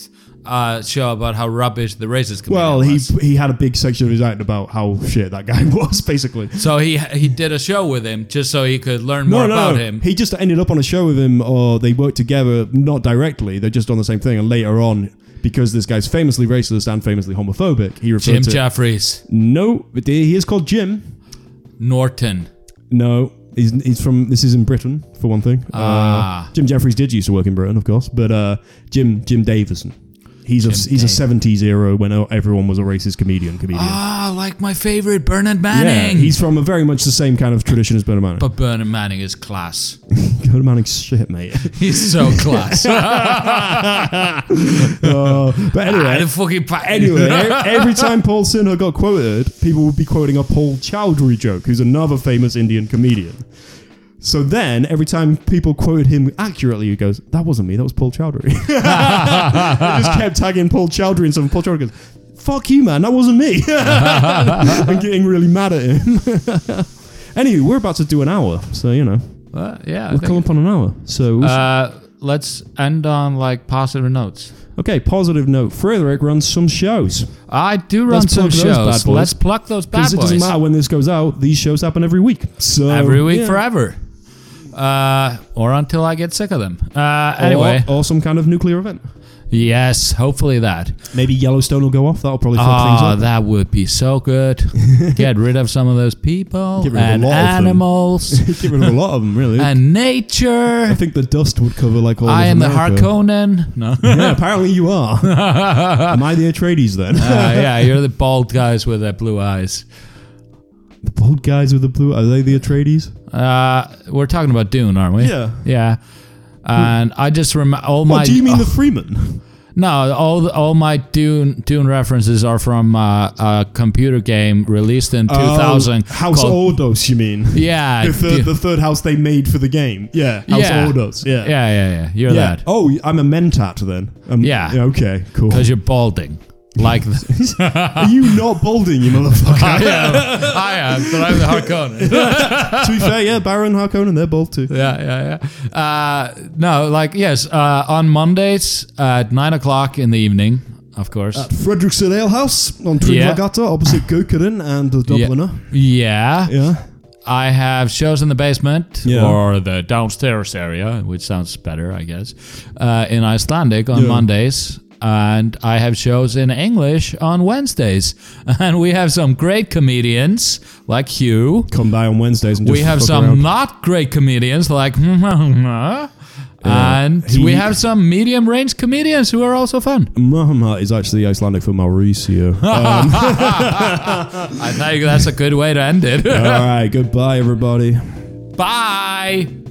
[SPEAKER 2] uh, show about how rubbish the racist comedian
[SPEAKER 1] well, he
[SPEAKER 2] was.
[SPEAKER 1] he had a big section of his act about how shit that guy <laughs> was, basically.
[SPEAKER 2] So he he did a show with him just so he could learn more about him.
[SPEAKER 1] He just ended up on a show with him, or they worked together, not directly. They're just on the same thing, and later on. Because this guy's famously racist and famously homophobic, he referred
[SPEAKER 2] Jim
[SPEAKER 1] to
[SPEAKER 2] Jeffries,
[SPEAKER 1] no. but He is called Jim.
[SPEAKER 2] Norton.
[SPEAKER 1] No, he's, he's from. This is in Britain for one thing.
[SPEAKER 2] Ah.
[SPEAKER 1] Uh, Jim Jeffries did used to work in Britain, of course, but uh, Jim Jim Davison. He's a he's a
[SPEAKER 2] Dav-
[SPEAKER 1] seventies era when o- everyone was a racist comedian. Comedian.
[SPEAKER 2] Ah, like my favorite Bernard
[SPEAKER 1] yeah,
[SPEAKER 2] Manning.
[SPEAKER 1] he's from a very much the same kind of tradition as Bernard Manning.
[SPEAKER 2] but Bernard Manning is class.
[SPEAKER 1] Bernard Manning's
[SPEAKER 2] <laughs>
[SPEAKER 1] shit, mate.
[SPEAKER 2] He's
[SPEAKER 1] <laughs>
[SPEAKER 2] so class.
[SPEAKER 1] Uh,
[SPEAKER 2] I
[SPEAKER 1] but anyway.
[SPEAKER 2] don't fucking pa- <laughs>
[SPEAKER 1] Anyway, e- every time Paul Sinha got quoted, people would be quoting a Paul Chowdhury joke, who's another famous Indian comedian. So then, every time people quoted him accurately, he goes, "That wasn't me. That was Paul Chowdhury." <laughs> they just kept tagging Paul Chowdhury and something. Paul Chowdhury goes, "Fuck you, man. That wasn't me." <laughs> and getting really mad at him. <laughs> anyway, we're about to do an hour, so you know
[SPEAKER 2] Uh, yeah. I
[SPEAKER 1] we're
[SPEAKER 2] think-
[SPEAKER 1] coming up on an hour. So we should-
[SPEAKER 2] Uh, let's end on like positive notes.
[SPEAKER 1] okay, positive note. Frederick runs some shows.
[SPEAKER 2] I do run
[SPEAKER 1] Let's
[SPEAKER 2] some
[SPEAKER 1] plug those bad
[SPEAKER 2] shows.
[SPEAKER 1] boys.
[SPEAKER 2] Let's pluck those bad
[SPEAKER 1] Because it
[SPEAKER 2] boys.
[SPEAKER 1] doesn't matter when this goes out; these shows happen every week. So
[SPEAKER 2] Every week
[SPEAKER 1] yeah.
[SPEAKER 2] forever. Uh, or until I get sick of them. Uh,
[SPEAKER 1] Or-
[SPEAKER 2] anyway,
[SPEAKER 1] or, some kind of nuclear event.
[SPEAKER 2] yes, hopefully that.
[SPEAKER 1] Maybe Yellowstone will go off. That'll probably fuck
[SPEAKER 2] Oh,
[SPEAKER 1] things up.
[SPEAKER 2] that would be so good.
[SPEAKER 1] <laughs>
[SPEAKER 2] get rid of some of those people
[SPEAKER 1] Get rid of a
[SPEAKER 2] and
[SPEAKER 1] lot of them. <laughs>
[SPEAKER 2] animals
[SPEAKER 1] Get rid of a lot of them, really.
[SPEAKER 2] and
[SPEAKER 1] I
[SPEAKER 2] nature.
[SPEAKER 1] think the dust would cover like all.
[SPEAKER 2] I
[SPEAKER 1] of
[SPEAKER 2] am the
[SPEAKER 1] America.
[SPEAKER 2] Harkonnen.
[SPEAKER 1] <laughs>
[SPEAKER 2] No.
[SPEAKER 1] Yeah, apparently you
[SPEAKER 2] <laughs>
[SPEAKER 1] are. am I the Atreides then?
[SPEAKER 2] Uh, yeah, you're the bald guys with the blue eyes.
[SPEAKER 1] <laughs> the bald guys with the blue. Are they the Atreides?
[SPEAKER 2] Uh, we're talking about Dune, aren't we?
[SPEAKER 1] Yeah.
[SPEAKER 2] Yeah. And I just remember all my.
[SPEAKER 1] What do you mean
[SPEAKER 2] <laughs>
[SPEAKER 1] the Freeman?
[SPEAKER 2] No, all all my Dune Dune references are from uh, a computer game released in 2000.
[SPEAKER 1] Oh, House
[SPEAKER 2] called-
[SPEAKER 1] Ordos, you mean?
[SPEAKER 2] Yeah.
[SPEAKER 1] The third,
[SPEAKER 2] Du-
[SPEAKER 1] the third house they made for the game. Yeah, House
[SPEAKER 2] Yeah.
[SPEAKER 1] Ordos. Yeah.
[SPEAKER 2] yeah, yeah, yeah. You're
[SPEAKER 1] Yeah.
[SPEAKER 2] that.
[SPEAKER 1] Oh, I'm a mentat then. Um,
[SPEAKER 2] Yeah.
[SPEAKER 1] Okay. Cool.
[SPEAKER 2] Because you're balding. Like the, <laughs>
[SPEAKER 1] Are you not balding, you motherfucker?
[SPEAKER 2] I am. I am, but I'm the
[SPEAKER 1] <laughs>
[SPEAKER 2] Harkonnen.
[SPEAKER 1] to be fair, yeah, Baron Harkonnen, they're bald too.
[SPEAKER 2] yeah, yeah, yeah. Uh, no, like, yes, uh, on Mondays at 9 o'clock in the evening, of course.
[SPEAKER 1] Frederick Ale House on Trinlagata, opposite Gökeren and the
[SPEAKER 2] Yeah.
[SPEAKER 1] Dubliner.
[SPEAKER 2] yeah.
[SPEAKER 1] Yeah.
[SPEAKER 2] I have shows in the basement
[SPEAKER 1] Yeah.
[SPEAKER 2] or the downstairs area, which sounds better, I guess, uh, in Icelandic on
[SPEAKER 1] Yeah.
[SPEAKER 2] Mondays. And I have shows in English on Wednesdays. <laughs> And we have some great comedians like Hugh.
[SPEAKER 1] Come by on Wednesdays and just
[SPEAKER 2] we have
[SPEAKER 1] fuck
[SPEAKER 2] some
[SPEAKER 1] around.
[SPEAKER 2] not great comedians like. <laughs> And
[SPEAKER 1] He-
[SPEAKER 2] we have some medium range comedians who are also fun.
[SPEAKER 1] Mahama is actually Icelandic for
[SPEAKER 2] <laughs>
[SPEAKER 1] Mauricio. Uh,
[SPEAKER 2] I think that's a good way to end it.
[SPEAKER 1] all right, goodbye, everybody.
[SPEAKER 2] <laughs> Bye.